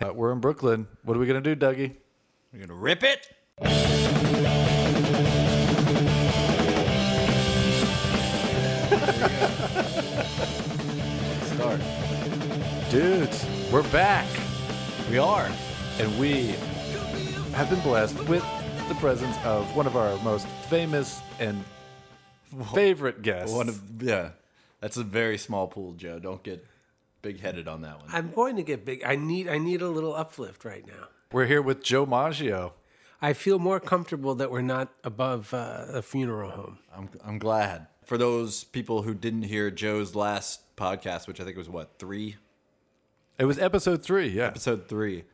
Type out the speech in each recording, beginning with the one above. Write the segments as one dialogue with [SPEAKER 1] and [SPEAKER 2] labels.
[SPEAKER 1] Uh, we're in Brooklyn. What are we gonna do, Dougie?
[SPEAKER 2] We're gonna rip it.
[SPEAKER 1] Start, dudes. We're back,
[SPEAKER 2] We are.
[SPEAKER 1] and we have been blessed with the presence of one of our most famous and favorite guests.
[SPEAKER 2] One of yeah. That's a very small pool, Joe. Don't get big headed on that one.
[SPEAKER 3] I'm going to get big. I need I need a little uplift right now.
[SPEAKER 1] we're here with Joe Maggio.
[SPEAKER 3] I feel more comfortable that we're not above uh, a funeral home.
[SPEAKER 2] I'm I'm glad. For those people who didn't hear Joe's last podcast, which I think was what, three?
[SPEAKER 1] It was episode three. Yeah.
[SPEAKER 2] Episode three.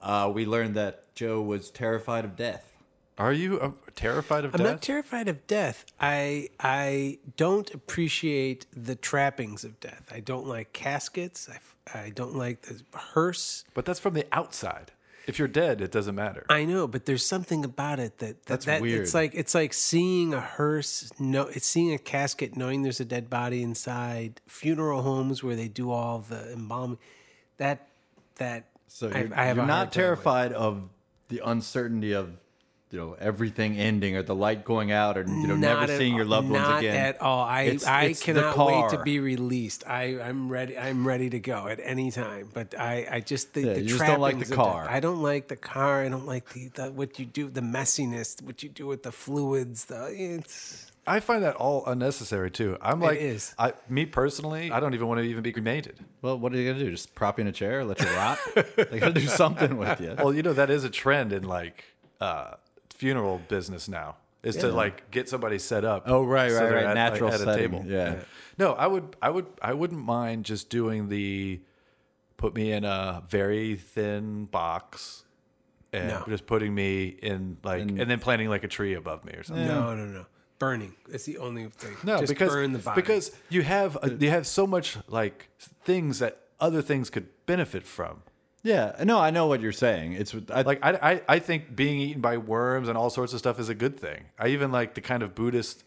[SPEAKER 2] Uh, we learned that Joe was terrified of death.
[SPEAKER 1] Are you uh, terrified of
[SPEAKER 3] I'm
[SPEAKER 1] death?
[SPEAKER 3] not terrified of death. I I don't appreciate the trappings of death. I don't like caskets. I, f- I don't like the hearse.
[SPEAKER 1] but that's from the outside. If you're dead, it doesn't matter.
[SPEAKER 3] I know, but there's something about it that, that
[SPEAKER 2] That's
[SPEAKER 3] that-
[SPEAKER 2] weird.
[SPEAKER 3] It's like it's like seeing a hearse. No, it's seeing a casket, knowing there's a dead body inside. Funeral homes where they do all the embalming. That that
[SPEAKER 2] So
[SPEAKER 3] I-
[SPEAKER 2] you're,
[SPEAKER 3] I
[SPEAKER 2] you're
[SPEAKER 3] have a hard time
[SPEAKER 2] not
[SPEAKER 3] with.
[SPEAKER 2] terrified of the uncertainty of you know everything ending or the light going out or you know never
[SPEAKER 3] Not at
[SPEAKER 2] seeing your
[SPEAKER 3] all-
[SPEAKER 2] loved ones
[SPEAKER 3] not
[SPEAKER 2] again
[SPEAKER 3] at all. I
[SPEAKER 2] It's-
[SPEAKER 3] I
[SPEAKER 2] it's the
[SPEAKER 3] cannot wait to
[SPEAKER 2] car.
[SPEAKER 3] be released. I I'm ready. I'm ready to go at any time. But I I just think
[SPEAKER 2] Yeah,
[SPEAKER 3] the
[SPEAKER 2] you just don't like the
[SPEAKER 3] trappings of that-
[SPEAKER 2] car.
[SPEAKER 3] I don't like the car. I don't like the, the what you do, the messiness, what you do with the fluids. The it's
[SPEAKER 1] I find that all unnecessary too. I'm like,
[SPEAKER 3] is.
[SPEAKER 1] I, me personally, I don't even want to even be cremated.
[SPEAKER 2] Well, what are you gonna do? Just prop you in a chair, let you rot? they gotta do something with you.
[SPEAKER 1] Well, you know that is a trend in like uh, funeral business now is to like get somebody set up.
[SPEAKER 2] Oh, right, right,
[SPEAKER 1] they're
[SPEAKER 2] right.
[SPEAKER 1] at-
[SPEAKER 2] Natural setting. Yeah.
[SPEAKER 1] No, I would, I would, I wouldn't mind just doing the put me in a very thin box and
[SPEAKER 3] No.
[SPEAKER 1] just putting me in like and, then planting like a tree above me or something.
[SPEAKER 3] no no no burning. That's the only thing.
[SPEAKER 1] No,
[SPEAKER 3] just
[SPEAKER 1] because
[SPEAKER 3] burn the body.
[SPEAKER 1] because you have a, you have so much like things that other things could benefit from.
[SPEAKER 2] Yeah, no, I know what you're saying. It's I,
[SPEAKER 1] Like I, I, I think being eaten by worms and all sorts of stuff is a good thing. I even like the kind of Buddhist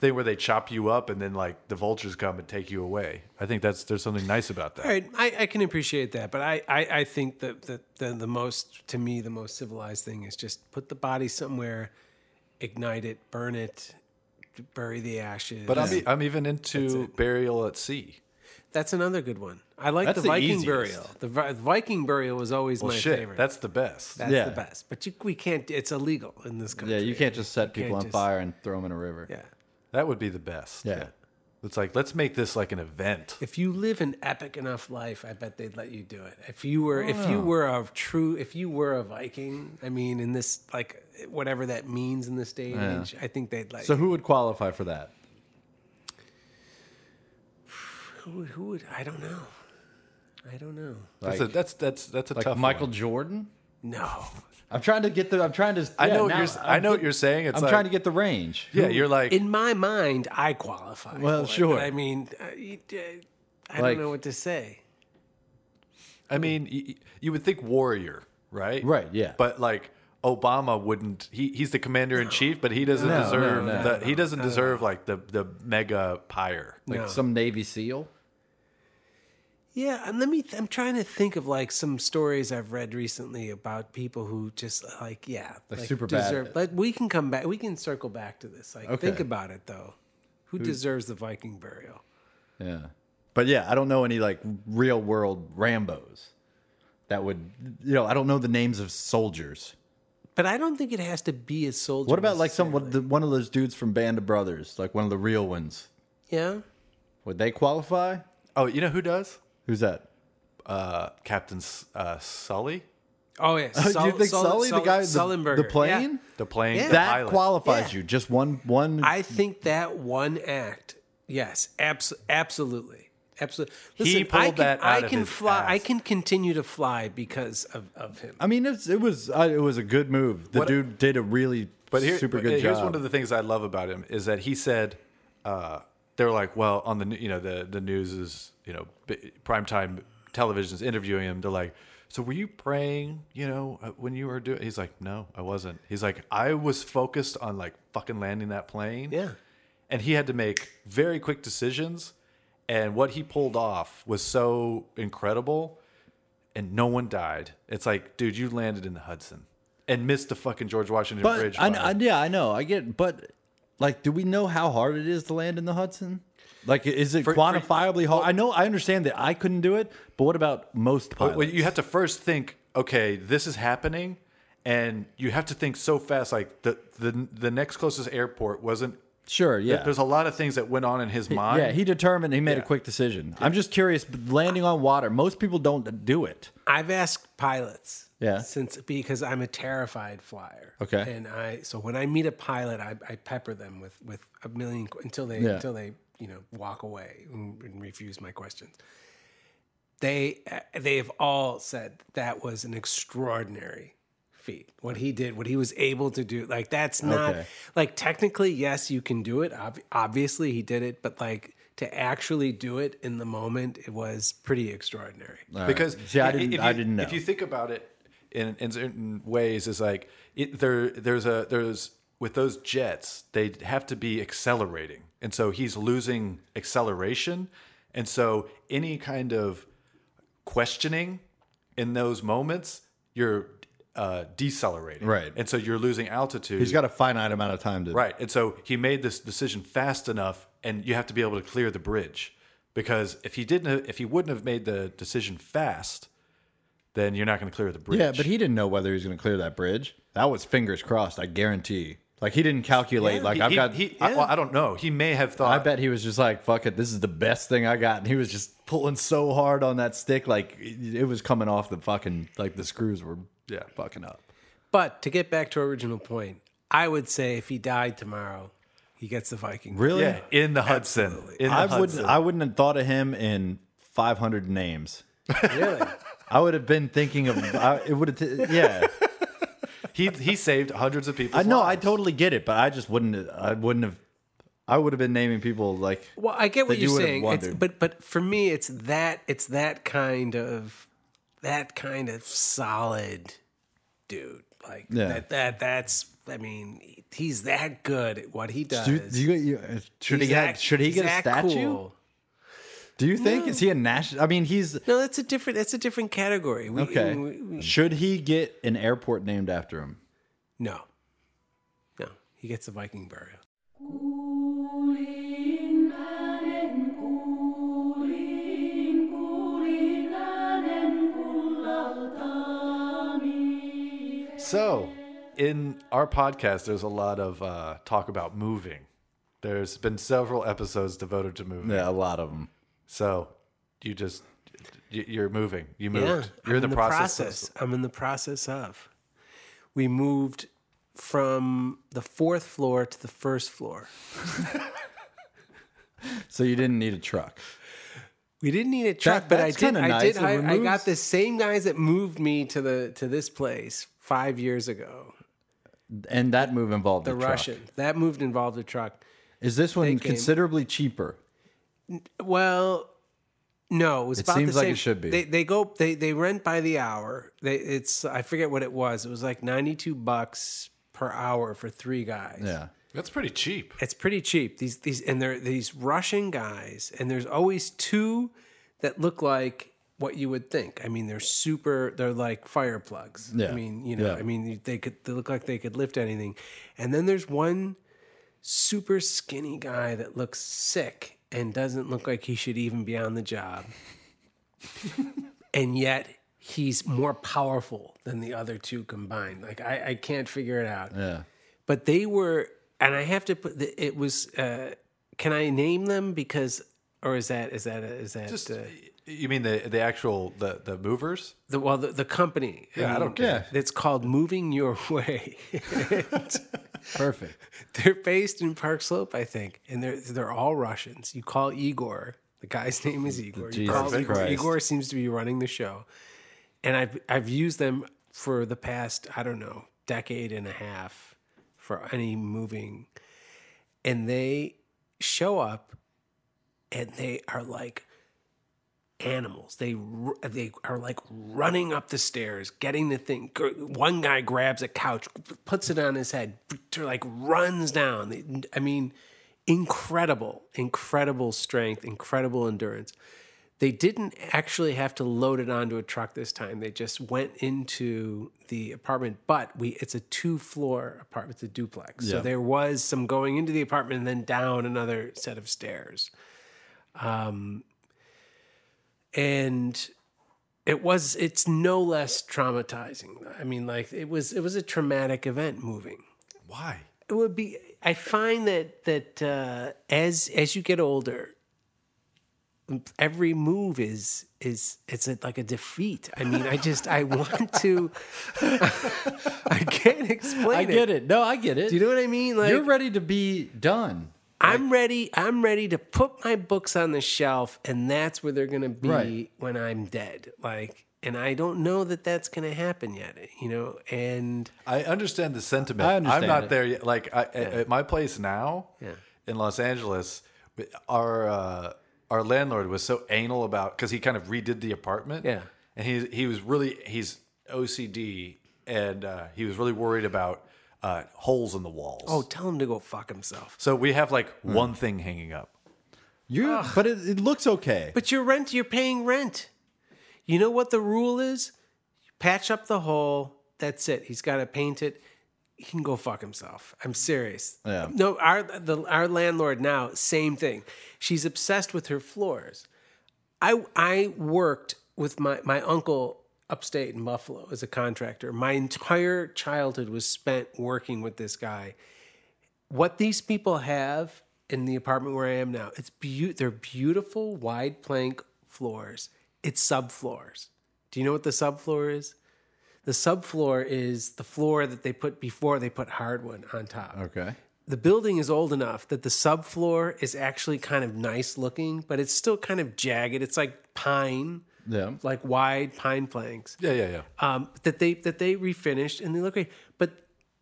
[SPEAKER 1] thing where they chop you up and then like the vultures come and take you away. I think that's there's something nice about that.
[SPEAKER 3] All right, I, I can appreciate that, but I, I, I think that the, the the most to me the most civilized thing is just put the body somewhere, ignite it, burn it, bury the ashes.
[SPEAKER 1] But I'm, e- I'm even into burial at sea.
[SPEAKER 3] that's another good one. I like
[SPEAKER 2] That's
[SPEAKER 3] the
[SPEAKER 2] the
[SPEAKER 3] Viking
[SPEAKER 2] easiest.
[SPEAKER 3] burial. The Vi- Viking burial was always
[SPEAKER 1] Well,
[SPEAKER 3] my
[SPEAKER 1] shit,
[SPEAKER 3] favorite.
[SPEAKER 1] that's the best.
[SPEAKER 3] That's
[SPEAKER 2] Yeah.
[SPEAKER 3] the best. But you, we can't. It's illegal in this country.
[SPEAKER 2] yeah, you can't just set people
[SPEAKER 3] can't
[SPEAKER 2] on
[SPEAKER 3] just-
[SPEAKER 2] fire and throw them in a river.
[SPEAKER 3] Yeah.
[SPEAKER 1] that would be the best.
[SPEAKER 2] Yeah.
[SPEAKER 1] It's like let's make this like an event.
[SPEAKER 3] If you live an epic enough life, I bet they'd let you do it. If you were, if
[SPEAKER 2] Oh.
[SPEAKER 3] you were a true, if you were a Viking, I mean, in this like whatever that means in this day and age, I think they'd like.
[SPEAKER 2] So who would qualify for that?
[SPEAKER 3] who would? Who would? I don't know. I don't know.
[SPEAKER 1] That's a
[SPEAKER 2] Like-
[SPEAKER 1] that's that's that's a
[SPEAKER 2] Like
[SPEAKER 1] tough
[SPEAKER 2] Michael
[SPEAKER 1] one.
[SPEAKER 2] Jordan?
[SPEAKER 3] No,
[SPEAKER 2] I'm trying to get the. I'm trying to.
[SPEAKER 1] I
[SPEAKER 2] yeah,
[SPEAKER 1] know what
[SPEAKER 2] now
[SPEAKER 1] you're. s-
[SPEAKER 2] I'm
[SPEAKER 1] I know
[SPEAKER 2] get-
[SPEAKER 1] what you're saying. It's
[SPEAKER 2] I'm
[SPEAKER 1] like,
[SPEAKER 2] trying to get the range.
[SPEAKER 1] Yeah, you're like
[SPEAKER 3] in my mind, I qualify.
[SPEAKER 2] Well,
[SPEAKER 3] for it,
[SPEAKER 2] sure.
[SPEAKER 3] but I mean, I, I
[SPEAKER 2] Like-
[SPEAKER 3] don't know what to say.
[SPEAKER 1] I mean, you, you would think warrior, right?
[SPEAKER 2] Right, yeah.
[SPEAKER 1] But like Obama wouldn't. He he's the commander in chief, but he doesn't
[SPEAKER 2] No,
[SPEAKER 1] deserve.
[SPEAKER 2] no, Uh,
[SPEAKER 1] the, he doesn't deserve like the the mega pyre.
[SPEAKER 2] like
[SPEAKER 3] No.
[SPEAKER 2] some Navy SEAL.
[SPEAKER 3] Yeah, and let me. Th- I'm trying to think of like some stories I've read recently about people who just like yeah,
[SPEAKER 2] Like super bad at it.
[SPEAKER 3] But we can come back. We can circle back to this. Like think
[SPEAKER 2] Okay.
[SPEAKER 3] about it though. Who, deserves the Viking burial?
[SPEAKER 2] Yeah, but yeah, I don't know any like real world Rambo's that would. You know, I don't know the names of soldiers.
[SPEAKER 3] But I don't think it has to be a soldier.
[SPEAKER 2] What about like some
[SPEAKER 3] necessarily.
[SPEAKER 2] what the, one of those dudes from Band of Brothers, like one of the real ones?
[SPEAKER 3] Yeah.
[SPEAKER 2] Would they qualify?
[SPEAKER 1] Oh, you know who does?
[SPEAKER 2] Who's that?
[SPEAKER 1] Uh, Captain S- uh, Sully,
[SPEAKER 3] Oh yeah.
[SPEAKER 2] Do you think Sully, the guy, the, the plane,
[SPEAKER 1] the plane,
[SPEAKER 3] Yeah.
[SPEAKER 1] the
[SPEAKER 2] that
[SPEAKER 1] pilot.
[SPEAKER 2] qualifies
[SPEAKER 3] Yeah.
[SPEAKER 2] you? Just one, one.
[SPEAKER 3] I think that one act, yes, abs- absolutely, absolutely. Listen, I
[SPEAKER 1] pulled
[SPEAKER 3] can,
[SPEAKER 1] that
[SPEAKER 3] I
[SPEAKER 1] out of
[SPEAKER 3] can
[SPEAKER 1] his
[SPEAKER 3] fly. I
[SPEAKER 1] ass.
[SPEAKER 3] can continue to fly because of, of him.
[SPEAKER 2] I mean, it's, it was uh, it was a good move. The
[SPEAKER 1] What-
[SPEAKER 2] dude did a really
[SPEAKER 1] But here,
[SPEAKER 2] super
[SPEAKER 1] but
[SPEAKER 2] good
[SPEAKER 1] here's
[SPEAKER 2] job.
[SPEAKER 1] one of the things I love about him is that he said, uh, they're like, well, on the new- you know the the news is you know b- primetime television's interviewing him. They're like, so were you praying? You know uh, when you were doing? He's like, no, I wasn't. He's like, I was focused on like fucking landing that plane.
[SPEAKER 3] Yeah.
[SPEAKER 1] and he had to make very quick decisions, and what he pulled off was so incredible. and no one died. It's like, dude, you landed in the Hudson and missed the fucking George Washington
[SPEAKER 2] But
[SPEAKER 1] Bridge.
[SPEAKER 2] I,
[SPEAKER 1] by
[SPEAKER 2] I, yeah, I know. I get. But like, do we know how hard it is to land in the Hudson? Like, is it
[SPEAKER 1] For- for-
[SPEAKER 2] quantifiably hard? I know. I understand that I couldn't do it. But what about most pilots?
[SPEAKER 1] Well, you have to first think, okay, this is happening, and you have to think so fast. Like the the the next closest airport wasn't.
[SPEAKER 2] sure. Yeah.
[SPEAKER 1] There's a lot of things that went on in his mind.
[SPEAKER 2] yeah. He determined. He made a
[SPEAKER 1] Yeah.
[SPEAKER 2] quick decision. I'm just curious. but Landing on water. Most people don't do it.
[SPEAKER 3] I've asked pilots.
[SPEAKER 2] Yeah.
[SPEAKER 3] Since because I'm a terrified flyer.
[SPEAKER 2] Okay.
[SPEAKER 3] And I so when I meet a pilot, I, I pepper them with with a million qu- until they
[SPEAKER 2] Yeah.
[SPEAKER 3] until they you know walk away and, and refuse my questions. They uh, they have all said that was an extraordinary feat. What he did, what he was able to do, like that's not
[SPEAKER 2] Okay.
[SPEAKER 3] like technically yes, you can do it. Ob- obviously, he did it, but like to actually do it in the moment, it was pretty extraordinary.
[SPEAKER 1] because
[SPEAKER 2] See, I
[SPEAKER 1] i-
[SPEAKER 2] didn't-
[SPEAKER 1] if
[SPEAKER 2] I
[SPEAKER 1] you-
[SPEAKER 2] didn't know.
[SPEAKER 1] If you think about it in, in certain ways, is like it, there. There's a there's with those jets, they have to be accelerating, and so he's losing acceleration, and so any kind of questioning in those moments, you're uh, decelerating,
[SPEAKER 2] Right.
[SPEAKER 1] and so you're losing altitude.
[SPEAKER 2] He's got a finite amount of time to.
[SPEAKER 1] Right. And so he made this decision fast enough, and you have to be able to clear the bridge because if he didn't, if he wouldn't have made the decision fast, then you're not going to clear the bridge.
[SPEAKER 2] Yeah, but he didn't know whether he was going to clear that bridge. That was fingers crossed. I guarantee. Like he didn't calculate. like
[SPEAKER 1] He-
[SPEAKER 2] I've
[SPEAKER 1] he-
[SPEAKER 2] got.
[SPEAKER 1] He, I, well, I don't know. He may have
[SPEAKER 2] I
[SPEAKER 1] thought.
[SPEAKER 2] bet he was just like, "Fuck it, this is the best thing I got," and he was just pulling so hard on that stick, like it it was coming off the fucking like the screws were
[SPEAKER 1] Yeah.
[SPEAKER 2] fucking up.
[SPEAKER 3] But to get back to our original point, I would say if he died tomorrow, he gets the Viking.
[SPEAKER 2] Really,
[SPEAKER 1] Yeah, in the Hudson. In the
[SPEAKER 2] I
[SPEAKER 1] Hudson.
[SPEAKER 2] wouldn't. I wouldn't have thought of him in 500 names.
[SPEAKER 3] Really?
[SPEAKER 2] I would have been thinking of. I, it would have. T- yeah.
[SPEAKER 1] he he saved hundreds of people.
[SPEAKER 2] I know. I totally get it, but I just wouldn't. I wouldn't have. I would have been naming people like.
[SPEAKER 3] Well, I get what
[SPEAKER 2] That
[SPEAKER 3] you're
[SPEAKER 2] you would have
[SPEAKER 3] saying. It's,
[SPEAKER 2] wondered.
[SPEAKER 3] but but for me, it's that it's that kind of that kind of solid dude. Like
[SPEAKER 2] Yeah.
[SPEAKER 3] that that that's. I mean, he's that good at what he does.
[SPEAKER 2] Do, do you, you, should he
[SPEAKER 3] He's
[SPEAKER 2] get?
[SPEAKER 3] that-
[SPEAKER 2] Should he
[SPEAKER 3] he's
[SPEAKER 2] get a
[SPEAKER 3] that
[SPEAKER 2] statue?
[SPEAKER 3] cool.
[SPEAKER 2] Do you think is he a national? I mean, he's
[SPEAKER 3] No, that's a different. That's a different category. We,
[SPEAKER 2] okay.
[SPEAKER 3] we- we-
[SPEAKER 2] Should he get an airport named after him?
[SPEAKER 3] no, no. He gets the Viking burial.
[SPEAKER 1] So, in our podcast, there's a lot of uh, talk about moving. There's been several episodes devoted to moving.
[SPEAKER 2] Yeah, a lot of them.
[SPEAKER 1] So, you just y- you're moving. You moved. you're
[SPEAKER 3] I'm
[SPEAKER 1] in the, process.
[SPEAKER 3] I'm in the process of. We moved from the fourth floor to the first floor.
[SPEAKER 2] So you didn't need a truck.
[SPEAKER 3] We didn't need a truck, but I
[SPEAKER 2] that's
[SPEAKER 3] did.
[SPEAKER 2] kinda
[SPEAKER 3] I
[SPEAKER 2] nice.
[SPEAKER 3] did.
[SPEAKER 2] It
[SPEAKER 3] hire- I
[SPEAKER 2] removes-
[SPEAKER 3] got the same guys that moved me to the to this place five years ago.
[SPEAKER 2] And that move involved
[SPEAKER 3] The
[SPEAKER 2] a truck.
[SPEAKER 3] Russian that moved involved a truck.
[SPEAKER 2] Is this one
[SPEAKER 3] came-
[SPEAKER 2] considerably cheaper?
[SPEAKER 3] Well, no, it was about
[SPEAKER 2] seems
[SPEAKER 3] the
[SPEAKER 2] like
[SPEAKER 3] same.
[SPEAKER 2] it should be.
[SPEAKER 3] They, they go. They they rent by the hour. They it's I forget what it was. It was like ninety two bucks per hour for three guys.
[SPEAKER 2] Yeah.
[SPEAKER 1] That's pretty cheap.
[SPEAKER 3] It's pretty cheap. These these and they're these Russian guys, and there's always two that look like what you would think. I mean, they're super. They're like fire plugs.
[SPEAKER 2] Yeah.
[SPEAKER 3] I mean, you know,
[SPEAKER 2] Yeah.
[SPEAKER 3] I mean, they could they look like they could lift anything. And then there's one super skinny guy that looks sick and doesn't look like he should even be on the job, and yet. He's more powerful than the other two combined. Like I, I can't figure it out
[SPEAKER 2] Yeah.
[SPEAKER 3] but they were and i have to put the, it was uh can i name them because or is that is that is that
[SPEAKER 1] Just,
[SPEAKER 3] uh,
[SPEAKER 1] you mean the the actual the the movers?
[SPEAKER 3] the well the, the company
[SPEAKER 1] Yeah, I don't care.
[SPEAKER 3] it's called moving your way
[SPEAKER 2] Perfect.
[SPEAKER 3] they're based in park slope i think and they're they're all russians you call igor the guy's name is igor you
[SPEAKER 2] Jesus
[SPEAKER 3] call igor.
[SPEAKER 2] Christ.
[SPEAKER 3] igor seems to be running the show and i've i've used them for the past i don't know decade and a half for any moving and they show up and they are like animals they ru- they are like running up the stairs getting the thing Gr- one guy grabs a couch puts it on his head like runs down They- i mean incredible incredible strength incredible endurance They didn't actually have to load it onto a truck this time. They just went into the apartment, but we it's a two floor apartment, it's a duplex. So
[SPEAKER 2] Yeah.
[SPEAKER 3] there was some going into the apartment and then down another set of stairs. Um and it was it's no less traumatizing. I mean like it was it was a traumatic event moving
[SPEAKER 1] Why?
[SPEAKER 3] it would be i find that that uh, as as you get older every move is is it's like a defeat i mean i just i want to i can't explain
[SPEAKER 2] I get it. No, I get it.
[SPEAKER 3] do you know what i mean like
[SPEAKER 2] You're ready to be done.
[SPEAKER 3] i'm ready i'm ready to put my books on the shelf and that's where they're gonna be
[SPEAKER 2] Right.
[SPEAKER 3] when i'm dead like and i don't know that that's gonna happen yet you know and
[SPEAKER 1] I understand the sentiment.
[SPEAKER 2] I understand
[SPEAKER 1] am not
[SPEAKER 2] it.
[SPEAKER 1] there yet. Like I, at my place now in Los Angeles, our uh, our landlord was so anal about because he kind of redid the apartment.
[SPEAKER 3] Yeah.
[SPEAKER 1] and he he was really he's OCD and uh, he was really worried about uh, holes in the walls.
[SPEAKER 3] oh tell him to go fuck himself
[SPEAKER 1] so we have like one thing hanging up.
[SPEAKER 2] You, but it, it looks okay.
[SPEAKER 3] But your rent, you're paying rent. You know what the rule is? Patch up the hole. That's it. He's got to paint it. He can go fuck himself. I'm serious.
[SPEAKER 2] Yeah.
[SPEAKER 3] No, our the, our landlord now, same thing. She's obsessed with her floors. I I worked with my my uncle upstate in Buffalo as a contractor. My entire childhood was spent working with this guy. What these people have in the apartment where I am now, it's beau- they're beautiful wide plank floors. It's subfloors. Do you know what the subfloor is? The subfloor is the floor that they put before they put hardwood on top
[SPEAKER 2] okay.
[SPEAKER 3] the building is old enough that the subfloor is actually kind of nice looking, but it's still kind of jagged. It's like pine,
[SPEAKER 2] Yeah.
[SPEAKER 3] like wide pine planks
[SPEAKER 1] Yeah, yeah, yeah.
[SPEAKER 3] um, that they that they refinished and they look great. But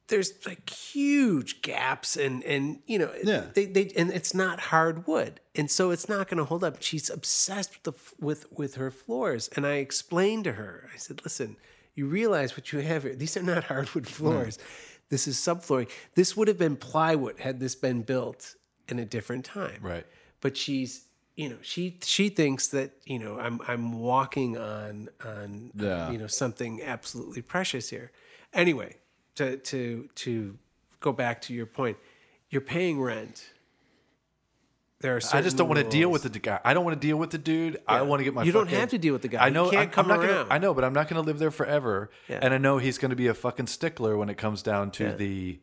[SPEAKER 3] there's like huge gaps and and you know
[SPEAKER 2] Yeah.
[SPEAKER 3] they they and it's not hardwood and so it's not going to hold up. She's obsessed with the f- with with her floors and I explained to her. I said, listen, you realize what you have here. These are not hardwood floors. This is subflooring. This would have been plywood had this been built in a different time
[SPEAKER 1] Right.
[SPEAKER 3] but she's you know she she thinks that you know I'm I'm walking on on uh,
[SPEAKER 2] Yeah.
[SPEAKER 3] you know something absolutely precious here. Anyway, to to to go back to your point, you're paying rent. There are
[SPEAKER 1] I just don't want to deal
[SPEAKER 3] with.
[SPEAKER 1] with the guy. I don't want to deal with the dude. I want to get my.
[SPEAKER 3] You don't
[SPEAKER 1] fucking-
[SPEAKER 3] have to deal with the guy.
[SPEAKER 1] I know.
[SPEAKER 3] He can't
[SPEAKER 1] I'm- I'm,
[SPEAKER 3] come
[SPEAKER 1] not
[SPEAKER 3] around.
[SPEAKER 1] Gonna, I know, but I'm not going to live there forever. And I know he's going to be a fucking stickler when it comes down to the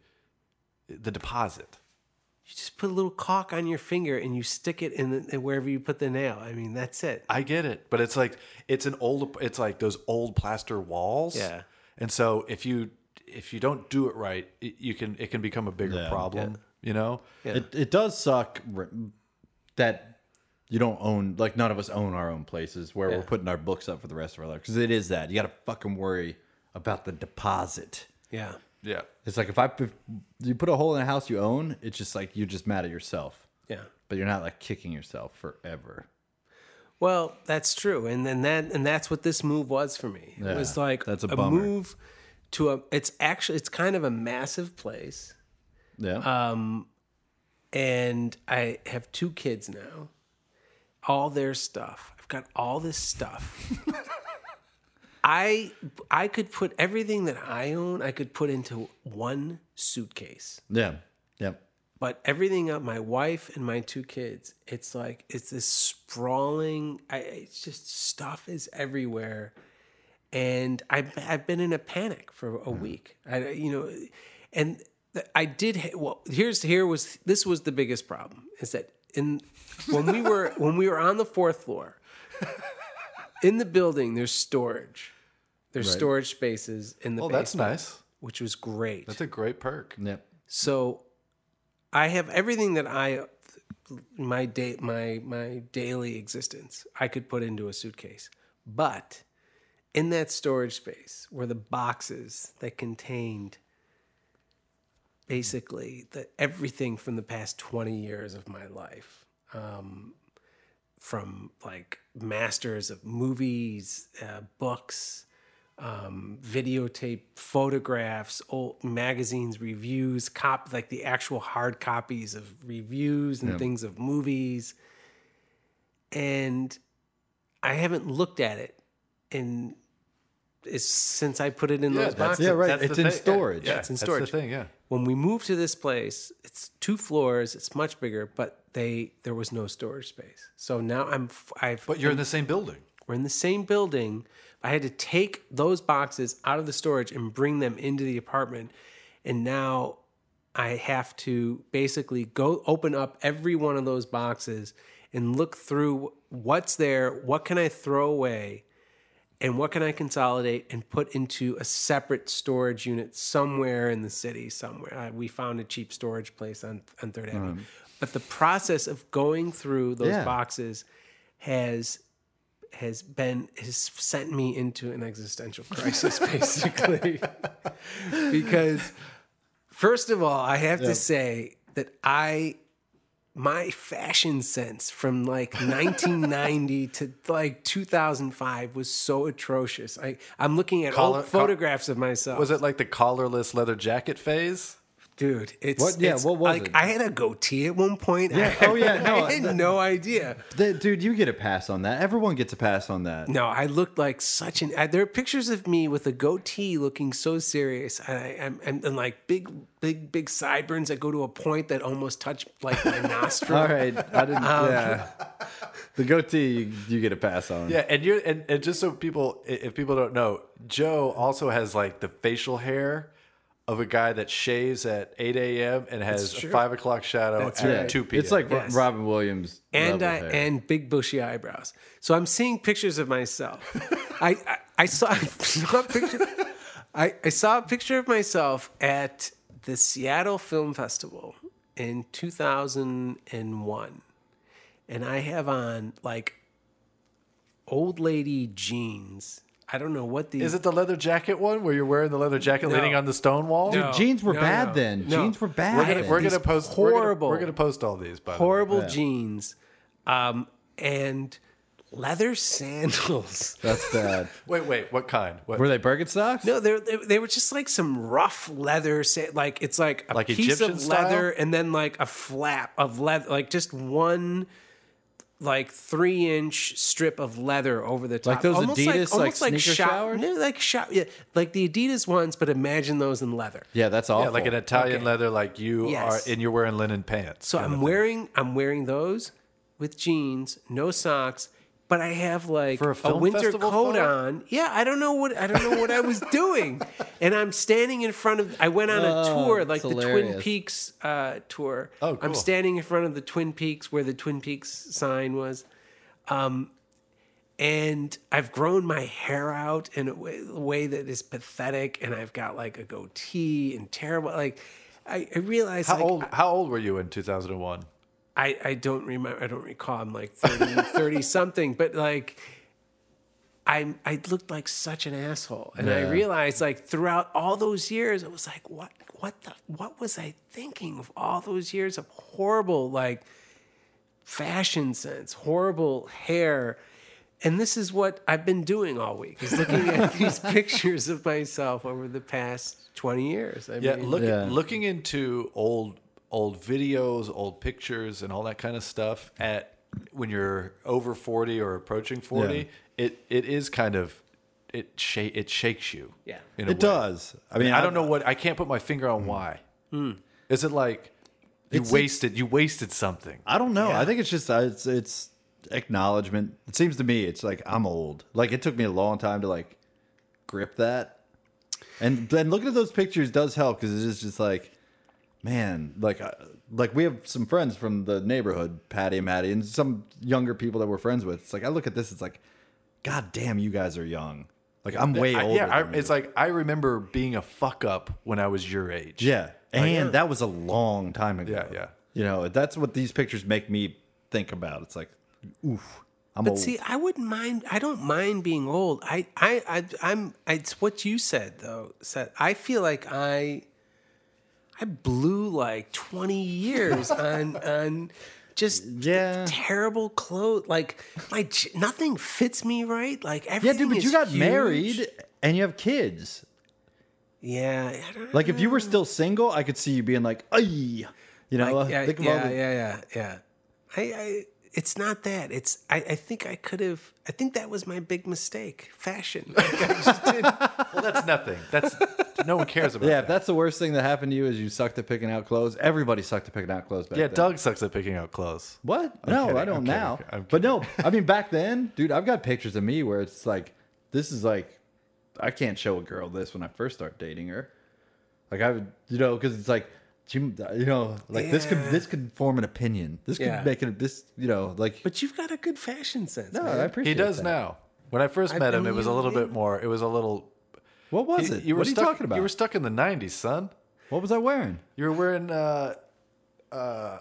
[SPEAKER 1] the deposit.
[SPEAKER 3] You just put a little caulk on your finger and you stick it in, the, wherever you put the nail. I mean, that's it.
[SPEAKER 1] I get it, but it's like it's an old. It's like those old plaster walls.
[SPEAKER 3] Yeah.
[SPEAKER 1] And so if you if you don't do it right, it, you can it can become a bigger problem. You know.
[SPEAKER 2] It it does suck r- that you don't own like none of us own our own places where we're putting our books up for the rest of our life because it is that you got to fucking worry about the deposit.
[SPEAKER 3] Yeah.
[SPEAKER 1] Yeah.
[SPEAKER 2] It's like if I if you put a hole in a house you own, it's just like you're just mad at yourself,
[SPEAKER 3] Yeah.
[SPEAKER 2] but you're not like kicking yourself forever.
[SPEAKER 3] Well, that's true, and then that and that's what this move was for me. it was
[SPEAKER 2] Yeah,
[SPEAKER 3] like
[SPEAKER 2] that's a
[SPEAKER 3] a
[SPEAKER 2] bummer.
[SPEAKER 3] move to a. It's actually it's kind of a massive place,
[SPEAKER 2] Yeah,
[SPEAKER 3] and I have two kids now. All their stuff. I've got all this stuff. I I could put everything that I own. I could put into one suitcase.
[SPEAKER 2] yeah, yeah.
[SPEAKER 3] but everything up my wife and my two kids it's like it's this sprawling I, it's just stuff is everywhere and I've, I've been in a panic for a
[SPEAKER 1] Mm-hmm.
[SPEAKER 3] week I, you know and th- i did ha- well here's here was this was the biggest problem is that in when we were when we were on the fourth floor in the building there's storage there's storage spaces in the
[SPEAKER 1] Well,
[SPEAKER 3] basement,
[SPEAKER 1] that's nice.
[SPEAKER 3] which was great
[SPEAKER 1] That's a great perk.
[SPEAKER 2] Yep.
[SPEAKER 3] so I have everything that I my day my my daily existence I could put into a suitcase. But in that storage space were the boxes that contained basically the everything from the past 20 years of my life. Um from like masters of movies, uh, books, um, videotape photographs, old magazines, reviews, cop like the actual hard copies of reviews and things of movies. And I haven't looked at it in it's since I put it in those
[SPEAKER 1] that's-
[SPEAKER 3] boxes.
[SPEAKER 2] Yeah, right.
[SPEAKER 1] that's
[SPEAKER 2] It's
[SPEAKER 1] the
[SPEAKER 2] in
[SPEAKER 1] thing.
[SPEAKER 2] storage.
[SPEAKER 1] Yeah,
[SPEAKER 3] It's in
[SPEAKER 1] that's
[SPEAKER 3] storage.
[SPEAKER 1] the thing. Yeah.
[SPEAKER 3] When we moved to this place, it's two floors. It's much bigger, but they there was no storage space. So now I'm f- I've
[SPEAKER 1] But you're in the same building.
[SPEAKER 3] we're in the same building. I had to take those boxes out of the storage and bring them into the apartment. And now I have to basically go open up every one of those boxes and look through what's there, what can I throw away, and what can I consolidate and put into a separate storage unit somewhere in the city somewhere. I, we found a cheap storage place on on 3rd Avenue. But the process of going through those
[SPEAKER 2] Yeah.
[SPEAKER 3] boxes has has been has sent me into an existential crisis basically because first of all i have to say that i my fashion sense from like 1990 to like 2005 was so atrocious i i'm looking at
[SPEAKER 1] Collar-
[SPEAKER 3] old photographs of myself
[SPEAKER 1] Was it like the collarless leather jacket phase?
[SPEAKER 3] dude it's
[SPEAKER 2] What- yeah,
[SPEAKER 3] it's
[SPEAKER 2] what was
[SPEAKER 3] like
[SPEAKER 2] it?
[SPEAKER 3] i had a goatee at one point yeah.
[SPEAKER 2] oh, yeah, no,
[SPEAKER 3] i had
[SPEAKER 2] that-
[SPEAKER 3] no idea
[SPEAKER 2] Th- dude, you get a pass on that. Everyone gets a pass on that.
[SPEAKER 3] No, I looked like such an. I, there are pictures of me with a goatee, looking so serious, and, I, am and, and like big, big, big sideburns that go to a point that almost touch like my nostril.
[SPEAKER 2] All right, I didn't. yeah, Um, the goatee you, you get a pass on.
[SPEAKER 1] Yeah, and you're and, and just so people i- if people don't know, Joe also has like the facial hair of a guy that shaves at eight AM and has a
[SPEAKER 3] true.
[SPEAKER 1] five o'clock shadow
[SPEAKER 3] That's
[SPEAKER 1] at
[SPEAKER 2] Yeah.
[SPEAKER 1] two PM.
[SPEAKER 2] It's like Ro-
[SPEAKER 3] Yes.
[SPEAKER 2] Robin Williams
[SPEAKER 3] and
[SPEAKER 2] level
[SPEAKER 3] I
[SPEAKER 2] hair.
[SPEAKER 3] and big bushy eyebrows. So I'm seeing pictures of myself. I, I I saw I saw a picture. I, I saw a picture of myself at the Seattle Film Festival in 2001, and I have on like old lady jeans. I don't know what these.
[SPEAKER 1] Is it the leather jacket one where you're wearing the leather jacket leaning on the stone wall?
[SPEAKER 3] No.
[SPEAKER 2] jeans were
[SPEAKER 3] No,
[SPEAKER 2] bad
[SPEAKER 3] no,
[SPEAKER 2] then.
[SPEAKER 3] no.
[SPEAKER 2] Jeans were bad.
[SPEAKER 1] We're gonna,
[SPEAKER 2] then.
[SPEAKER 1] we're
[SPEAKER 3] These
[SPEAKER 1] gonna post
[SPEAKER 3] horrible-
[SPEAKER 1] We're gonna, we're gonna post all these. By
[SPEAKER 3] horrible jeans, um, and leather sandals.
[SPEAKER 2] That's bad.
[SPEAKER 1] the way. wait, wait, what kind? What,
[SPEAKER 2] Were they Birkenstocks?
[SPEAKER 3] No, they, they they were just like some rough leather, sa- like it's like a
[SPEAKER 1] Like
[SPEAKER 3] piece
[SPEAKER 1] Egyptian
[SPEAKER 3] of
[SPEAKER 1] style?
[SPEAKER 3] leather and then like a flap of leather, like just one like three inch strip of leather over the top,
[SPEAKER 2] Like those Adidas, like, sneaker
[SPEAKER 3] shower-
[SPEAKER 2] showers?
[SPEAKER 3] no, like shower, yeah, like the Adidas ones, but imagine those in leather.
[SPEAKER 2] Yeah, that's awful.
[SPEAKER 1] yeah, like an Italian
[SPEAKER 3] Okay.
[SPEAKER 1] leather, like you
[SPEAKER 3] Yes.
[SPEAKER 1] are, and you're wearing linen pants.
[SPEAKER 3] So I'm wearing I'm wearing those with jeans, no socks, but I have like
[SPEAKER 1] For a film
[SPEAKER 3] winter
[SPEAKER 1] festival
[SPEAKER 3] coat
[SPEAKER 1] photo?
[SPEAKER 3] on. Yeah, I don't know what I don't know what I was doing, and I'm standing in front of. I went on a
[SPEAKER 2] Oh,
[SPEAKER 3] tour
[SPEAKER 2] that's
[SPEAKER 3] like the Twin
[SPEAKER 2] hilarious.
[SPEAKER 3] Peaks uh, tour.
[SPEAKER 1] Oh, cool.
[SPEAKER 3] I'm standing in front of the Twin Peaks where the Twin Peaks sign was. Um, and I've grown my hair out in a way, a way that is pathetic, and I've got like a goatee and terrible. Like, I, I realize
[SPEAKER 1] how
[SPEAKER 3] like,
[SPEAKER 1] old? How old were you in 2001?
[SPEAKER 3] I, I don't remember. I don't recall. I'm like 30, 30 something, but like I I looked like such an asshole, and I
[SPEAKER 2] Yeah.
[SPEAKER 3] realized like throughout all those years, I was like, what what the what was I thinking of all those years of horrible like fashion sense, horrible hair. And this is what I've been doing all week is looking at these pictures of myself over the past 20 years. I
[SPEAKER 1] Yeah,
[SPEAKER 3] mean,
[SPEAKER 1] look,
[SPEAKER 2] Yeah.
[SPEAKER 1] looking into old old videos, old pictures, and all that kind of stuff at when you're over 40 or approaching 40,
[SPEAKER 2] Yeah.
[SPEAKER 1] it it is kind of it sha- it shakes you.
[SPEAKER 3] Yeah.
[SPEAKER 1] in a
[SPEAKER 2] It
[SPEAKER 1] way.
[SPEAKER 2] does. I mean,
[SPEAKER 1] I don't know what I can't put my finger on why.
[SPEAKER 3] Hmm.
[SPEAKER 1] Is it like you
[SPEAKER 2] It's-
[SPEAKER 1] wasted you wasted something?
[SPEAKER 2] I don't know. I think it's just uh, it's it's acknowledgement. It seems to me it's like I'm old. Like it took me a long time to like grip that. And then looking at those pictures does help because it is just like, man, like uh, like we have some friends from the neighborhood, Patty and Maddie, and some younger people that we're friends with. It's like I look at this, it's like, god damn, you guys are young. Like I'm way
[SPEAKER 1] I-
[SPEAKER 2] older.
[SPEAKER 1] yeah, I,
[SPEAKER 2] than you.
[SPEAKER 1] it's like I remember being a fuck up when I was your age.
[SPEAKER 2] Yeah. And that was a long time ago.
[SPEAKER 1] Oh, Yeah, yeah.
[SPEAKER 2] You know, that's what these pictures make me think about. It's like, oof, I'm
[SPEAKER 3] But
[SPEAKER 2] old.
[SPEAKER 3] see, I wouldn't mind. I don't mind being old. I, I, I, I'm. It's what you said though. Said I feel like I, I blew like twenty years on on just
[SPEAKER 2] Yeah.
[SPEAKER 3] terrible clothes. Like my j- nothing fits me right. Like
[SPEAKER 2] yeah,
[SPEAKER 3] everything.
[SPEAKER 2] dude, but
[SPEAKER 3] is
[SPEAKER 2] you got
[SPEAKER 3] huge.
[SPEAKER 2] married and you have kids.
[SPEAKER 3] Yeah. I don't
[SPEAKER 2] Like, if you were still single, I could see you being like, ay, you know,
[SPEAKER 3] Like,
[SPEAKER 2] uh,
[SPEAKER 3] yeah,
[SPEAKER 2] think of all
[SPEAKER 3] yeah,
[SPEAKER 2] the,
[SPEAKER 3] yeah, yeah, yeah. I, I it's not that. It's I, I think I could have. I think that was my big mistake. Fashion. Like, I just did-
[SPEAKER 1] Well, that's nothing. That's no one cares about.
[SPEAKER 2] Yeah, if
[SPEAKER 1] that.
[SPEAKER 2] that's the worst thing that happened to you is you sucked at picking out clothes. Everybody sucked at picking out clothes back
[SPEAKER 1] yeah.
[SPEAKER 2] then.
[SPEAKER 1] Doug sucks at picking out clothes.
[SPEAKER 2] What? no,
[SPEAKER 1] kidding,
[SPEAKER 2] I don't
[SPEAKER 1] I'm kidding,
[SPEAKER 2] now.
[SPEAKER 1] okay, I'm
[SPEAKER 2] but no, I mean back then, dude, I've got pictures of me where it's like this is like I can't show a girl this when I first start dating her. Like I would, you know, because it's like she- you know, like this could
[SPEAKER 3] Yeah.
[SPEAKER 2] this could form an opinion. This could
[SPEAKER 3] Yeah.
[SPEAKER 2] make it this, you know, like
[SPEAKER 3] but you've got a good fashion sense.
[SPEAKER 2] no,
[SPEAKER 3] man.
[SPEAKER 2] I appreciate.
[SPEAKER 1] He does
[SPEAKER 2] that.
[SPEAKER 1] now. When I first
[SPEAKER 3] I
[SPEAKER 1] met him, it was a
[SPEAKER 3] believe
[SPEAKER 1] little
[SPEAKER 3] you.
[SPEAKER 1] bit more. It was a little.
[SPEAKER 2] What was it?
[SPEAKER 1] You were
[SPEAKER 2] what are
[SPEAKER 1] stuck,
[SPEAKER 2] you talking about?
[SPEAKER 1] You were stuck in the '90s, son.
[SPEAKER 2] what was I wearing?
[SPEAKER 1] You were wearing uh, uh,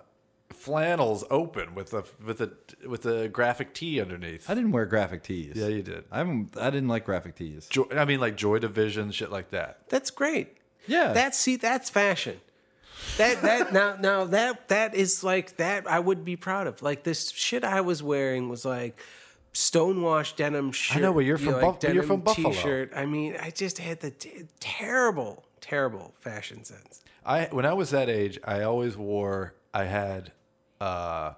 [SPEAKER 1] flannels open with a with a with a graphic tee underneath.
[SPEAKER 2] I didn't wear graphic tees.
[SPEAKER 1] yeah, you did.
[SPEAKER 2] I haven't. I didn't like graphic tees.
[SPEAKER 1] Joy, I mean, like Joy Division, shit like that.
[SPEAKER 3] That's great.
[SPEAKER 2] Yeah.
[SPEAKER 3] That's see, that's fashion. That that now now that that is like that I would be proud of. Like this shit I was wearing was like stonewashed denim shirt.
[SPEAKER 1] know, but you're from Buff- but you're
[SPEAKER 3] denim
[SPEAKER 1] from Buffalo.
[SPEAKER 3] T-shirt. I mean, I just had the t- terrible, terrible fashion sense.
[SPEAKER 1] I when I was that age, I always wore. I had, uh,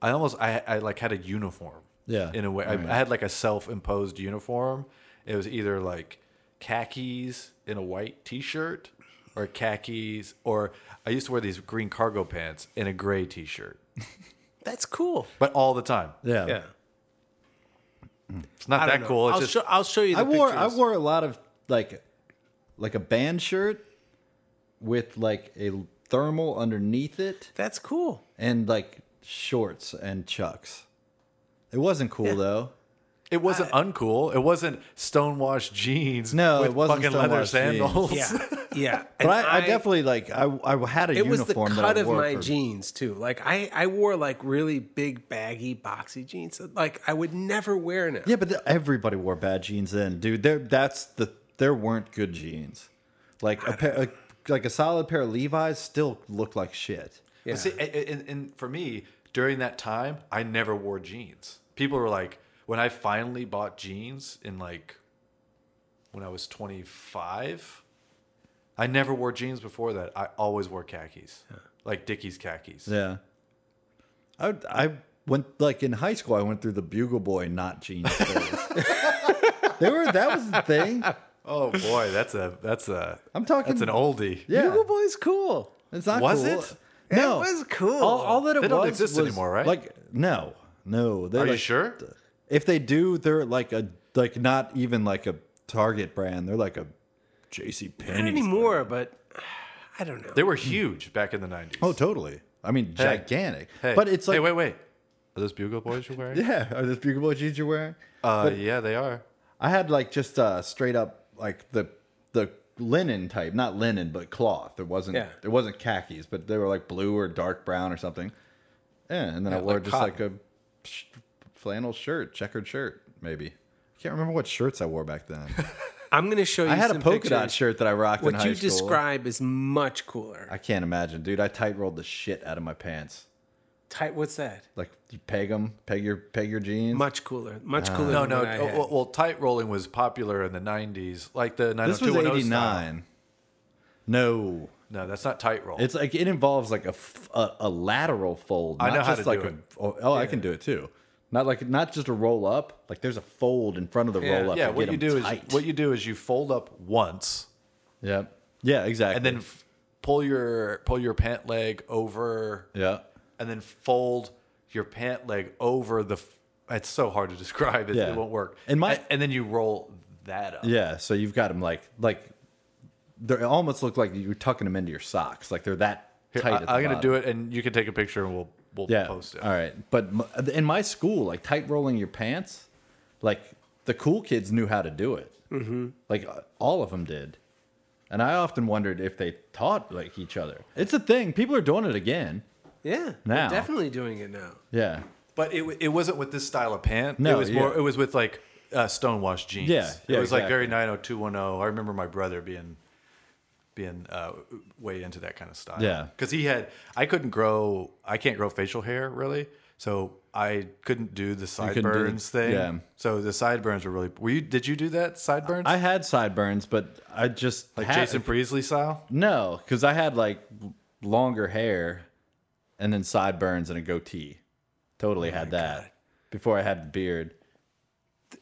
[SPEAKER 1] I almost I, I like had a uniform.
[SPEAKER 2] Yeah.
[SPEAKER 1] In a way, I, I had like a self-imposed uniform. It was either like khakis in a white T-shirt, or khakis, or I used to wear these green cargo pants in a gray T-shirt,
[SPEAKER 3] That's cool.
[SPEAKER 1] but all the time.
[SPEAKER 2] Yeah.
[SPEAKER 1] It's not
[SPEAKER 3] I don't
[SPEAKER 1] that
[SPEAKER 3] know.
[SPEAKER 1] cool. It's
[SPEAKER 3] I'll
[SPEAKER 1] just
[SPEAKER 3] show I'll show you. The
[SPEAKER 2] I wore I
[SPEAKER 3] pictures.
[SPEAKER 2] wore a lot of like like a band shirt with like a thermal underneath it
[SPEAKER 3] That's cool.
[SPEAKER 2] and like shorts and chucks. It wasn't cool though.
[SPEAKER 1] it wasn't uncool. It wasn't stonewashed jeans.
[SPEAKER 2] No,
[SPEAKER 1] with
[SPEAKER 2] it wasn't
[SPEAKER 1] fucking leather
[SPEAKER 2] stonewashed jeans.
[SPEAKER 1] sandals.
[SPEAKER 3] Yeah, yeah.
[SPEAKER 2] But I, I, definitely like I I had a
[SPEAKER 3] it was the
[SPEAKER 2] uniform that
[SPEAKER 3] cut
[SPEAKER 2] I
[SPEAKER 3] of
[SPEAKER 2] wore
[SPEAKER 3] my
[SPEAKER 2] for-
[SPEAKER 3] jeans too. Like I, I wore like really big baggy boxy jeans. that, Like I would never wear now.
[SPEAKER 2] Yeah, but the, everybody wore bad jeans then, dude. There that's the there weren't good jeans. Like a pair a, like a solid pair of Levi's still looked like shit.
[SPEAKER 3] Yeah.
[SPEAKER 1] But see, a- a- and, and for me, during that time, I never wore jeans. People were like, when I finally bought jeans in like when I was 25, I never wore jeans before that. I always wore khakis, like Dickies khakis.
[SPEAKER 2] Yeah. I I went like in high school. I went through the Bugle Boy not jeans. phase. they were that was the thing.
[SPEAKER 1] Oh boy, that's a that's a
[SPEAKER 2] I'm talking-
[SPEAKER 1] that's an oldie.
[SPEAKER 2] Yeah,
[SPEAKER 3] Bugle Boy's cool.
[SPEAKER 2] it's not.
[SPEAKER 1] Was
[SPEAKER 2] cool.
[SPEAKER 1] it?
[SPEAKER 2] No,
[SPEAKER 3] It was cool.
[SPEAKER 2] All, all that it
[SPEAKER 1] They don't
[SPEAKER 2] was
[SPEAKER 1] exist
[SPEAKER 2] was,
[SPEAKER 1] anymore, right?
[SPEAKER 2] Like no, no.
[SPEAKER 1] Are you sure?
[SPEAKER 2] If they do, they're like a like not even like a Target brand. They're like a J.C.
[SPEAKER 3] Not
[SPEAKER 2] Penney.
[SPEAKER 3] anymore, but I don't know.
[SPEAKER 1] They were huge back in the 90s.
[SPEAKER 2] Oh, totally. I mean, gigantic.
[SPEAKER 1] Hey,
[SPEAKER 2] But it's like,
[SPEAKER 1] hey, wait, wait. Are those bugle boys you're wearing?
[SPEAKER 2] yeah, are those Bugle Boy jeans you're wearing?
[SPEAKER 1] uh, yeah, they are.
[SPEAKER 2] I had like just uh, straight up like the the linen type, not linen but cloth. It wasn't
[SPEAKER 3] Yeah.
[SPEAKER 2] it wasn't khakis, but they were like blue or dark brown or something. Yeah, and then I
[SPEAKER 1] Yeah,
[SPEAKER 2] wore
[SPEAKER 1] like
[SPEAKER 2] just like a sh- flannel shirt, checkered shirt, maybe. I can't remember what shirts I wore back then.
[SPEAKER 3] I'm going to show you.
[SPEAKER 2] I had a
[SPEAKER 3] some
[SPEAKER 2] polka
[SPEAKER 3] pictures.
[SPEAKER 2] dot shirt that I rocked in
[SPEAKER 3] What
[SPEAKER 2] high
[SPEAKER 3] you
[SPEAKER 2] school.
[SPEAKER 3] describe is much cooler.
[SPEAKER 2] I can't imagine, dude. I tight rolled the shit out of my pants.
[SPEAKER 3] Type. What's that?
[SPEAKER 2] Like you peg them, peg your peg your jeans.
[SPEAKER 3] Much cooler.
[SPEAKER 2] Uh,
[SPEAKER 3] Much cooler.
[SPEAKER 1] No,
[SPEAKER 3] than
[SPEAKER 1] no.
[SPEAKER 3] what I
[SPEAKER 1] oh,
[SPEAKER 3] had.
[SPEAKER 1] well, well, tight rolling was popular in the 90s, like the
[SPEAKER 2] this was
[SPEAKER 1] 90210
[SPEAKER 2] eighty
[SPEAKER 1] style.
[SPEAKER 2] nine. No,
[SPEAKER 1] No, that's not tight roll.
[SPEAKER 2] It's like it involves like a f- a- a lateral fold.
[SPEAKER 1] I
[SPEAKER 2] not
[SPEAKER 1] know how
[SPEAKER 2] just
[SPEAKER 1] to
[SPEAKER 2] like
[SPEAKER 1] do
[SPEAKER 2] a,
[SPEAKER 1] it.
[SPEAKER 2] Oh, oh, I can do it too. Not like not just a roll up. Like there's a fold in front of the
[SPEAKER 3] Yeah.
[SPEAKER 2] roll up.
[SPEAKER 1] yeah,
[SPEAKER 2] to
[SPEAKER 1] what
[SPEAKER 2] get
[SPEAKER 1] you
[SPEAKER 2] 'em
[SPEAKER 1] do
[SPEAKER 2] tight.
[SPEAKER 1] is what you do is you fold up once
[SPEAKER 2] Yeah. Yeah. Exactly.
[SPEAKER 1] and then f- pull your pull your pant leg over
[SPEAKER 2] yeah.
[SPEAKER 1] and then fold your pant leg over the f- it's so hard to describe it,
[SPEAKER 2] Yeah.
[SPEAKER 1] it won't work.
[SPEAKER 2] And my-
[SPEAKER 1] and, and then you roll that up.
[SPEAKER 2] Yeah. So you've got them like like they almost look like you're tucking them into your socks. Like they're that
[SPEAKER 1] Here,
[SPEAKER 2] tight.
[SPEAKER 1] I,
[SPEAKER 2] at the
[SPEAKER 1] am going to
[SPEAKER 2] bottom.
[SPEAKER 1] do it and you can take a picture and we'll we'll
[SPEAKER 2] Yeah.
[SPEAKER 1] post it.
[SPEAKER 2] All right. But m- in my school, like tight rolling your pants, like the cool kids knew how to do it. Mm-hmm. Like uh, all of them did. And I often wondered if they taught like each other. It's a thing. People are doing it again.
[SPEAKER 3] yeah.
[SPEAKER 2] Now.
[SPEAKER 3] I'm definitely doing it now.
[SPEAKER 2] Yeah.
[SPEAKER 1] But it, wa- it wasn't with this style of pant.
[SPEAKER 2] No,
[SPEAKER 1] it was
[SPEAKER 2] yeah.
[SPEAKER 1] more. It was with like uh, stonewashed jeans.
[SPEAKER 2] Yeah, yeah,
[SPEAKER 1] it was like very
[SPEAKER 2] exactly.
[SPEAKER 1] 90210. I remember my brother being being uh, way into that kind of style.
[SPEAKER 2] Yeah.
[SPEAKER 1] because he had. I couldn't grow. I can't grow facial hair really, so I couldn't do the
[SPEAKER 2] do the-
[SPEAKER 1] sideburns thing.
[SPEAKER 2] yeah.
[SPEAKER 1] So the sideburns were really. Were you? Did you do that sideburns?
[SPEAKER 2] I had sideburns, but I just
[SPEAKER 1] like
[SPEAKER 2] had-
[SPEAKER 1] Jason Priestley style.
[SPEAKER 2] No, because I had like longer hair and then sideburns and a goatee.
[SPEAKER 1] Oh
[SPEAKER 2] Totally had that before I had the beard.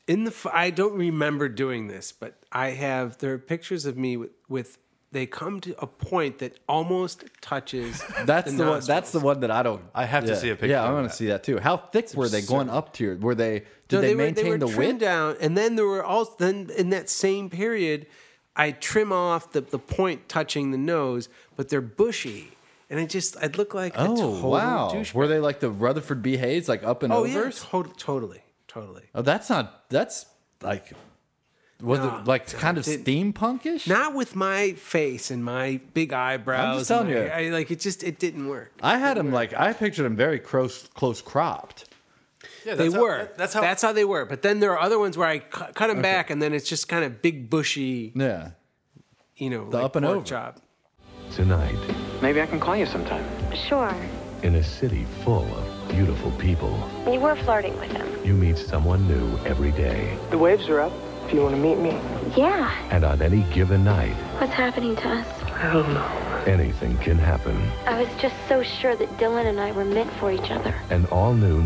[SPEAKER 3] in the f- I don't remember doing this, but I have there are pictures of me with, with they come to a point that almost touches.
[SPEAKER 2] That's the, one. That's the
[SPEAKER 3] nostrils.
[SPEAKER 2] one that I don't.
[SPEAKER 1] I have to
[SPEAKER 2] yeah.
[SPEAKER 1] see a picture
[SPEAKER 2] Yeah, I
[SPEAKER 1] of
[SPEAKER 2] want
[SPEAKER 1] that.
[SPEAKER 2] to see that too. How thick were they going up to? Your, were they? Did
[SPEAKER 3] No,
[SPEAKER 2] they,
[SPEAKER 3] were-
[SPEAKER 2] maintain
[SPEAKER 3] were
[SPEAKER 2] the
[SPEAKER 3] trimmed
[SPEAKER 2] width?
[SPEAKER 3] down, and then there were also then in that same period, I trim off the the point touching the nose, but they're bushy, and I just I'd look like a
[SPEAKER 2] Oh
[SPEAKER 3] total
[SPEAKER 2] wow!
[SPEAKER 3] douchebag.
[SPEAKER 2] Were they like the Rutherford B Hayes, like up and
[SPEAKER 3] Oh yeah,
[SPEAKER 2] over?
[SPEAKER 3] to- totally, totally.
[SPEAKER 2] Oh, that's not. That's like. Was
[SPEAKER 3] No,
[SPEAKER 2] it like
[SPEAKER 3] no,
[SPEAKER 2] kind of
[SPEAKER 3] it
[SPEAKER 2] steampunkish?
[SPEAKER 3] Not with my face and my big eyebrows.
[SPEAKER 2] I'm just telling
[SPEAKER 3] and
[SPEAKER 2] you.
[SPEAKER 3] my- I, like it just it didn't work.
[SPEAKER 2] I had him like I pictured him very close, close cropped.
[SPEAKER 1] Yeah,
[SPEAKER 3] they
[SPEAKER 1] that's how-
[SPEAKER 3] were.
[SPEAKER 1] that- that's how.
[SPEAKER 3] That's how they were. But then there are other ones where I cu- cut them back, and then it's just kind of big, bushy,
[SPEAKER 2] Yeah,
[SPEAKER 3] you know, like
[SPEAKER 2] up and
[SPEAKER 3] pork
[SPEAKER 2] over.
[SPEAKER 3] chop.
[SPEAKER 4] Tonight,
[SPEAKER 5] Maybe I can call you sometime.
[SPEAKER 6] Sure.
[SPEAKER 4] in a city full of beautiful people,
[SPEAKER 6] You were flirting with him.
[SPEAKER 4] you meet someone new every day.
[SPEAKER 5] The waves are up. If you want to meet me,
[SPEAKER 6] Yeah.
[SPEAKER 4] And on any given night,
[SPEAKER 6] What's happening to us?
[SPEAKER 5] I don't know.
[SPEAKER 4] anything can happen.
[SPEAKER 6] I was just so sure that Dylan and I were meant for each other.
[SPEAKER 4] An oh all new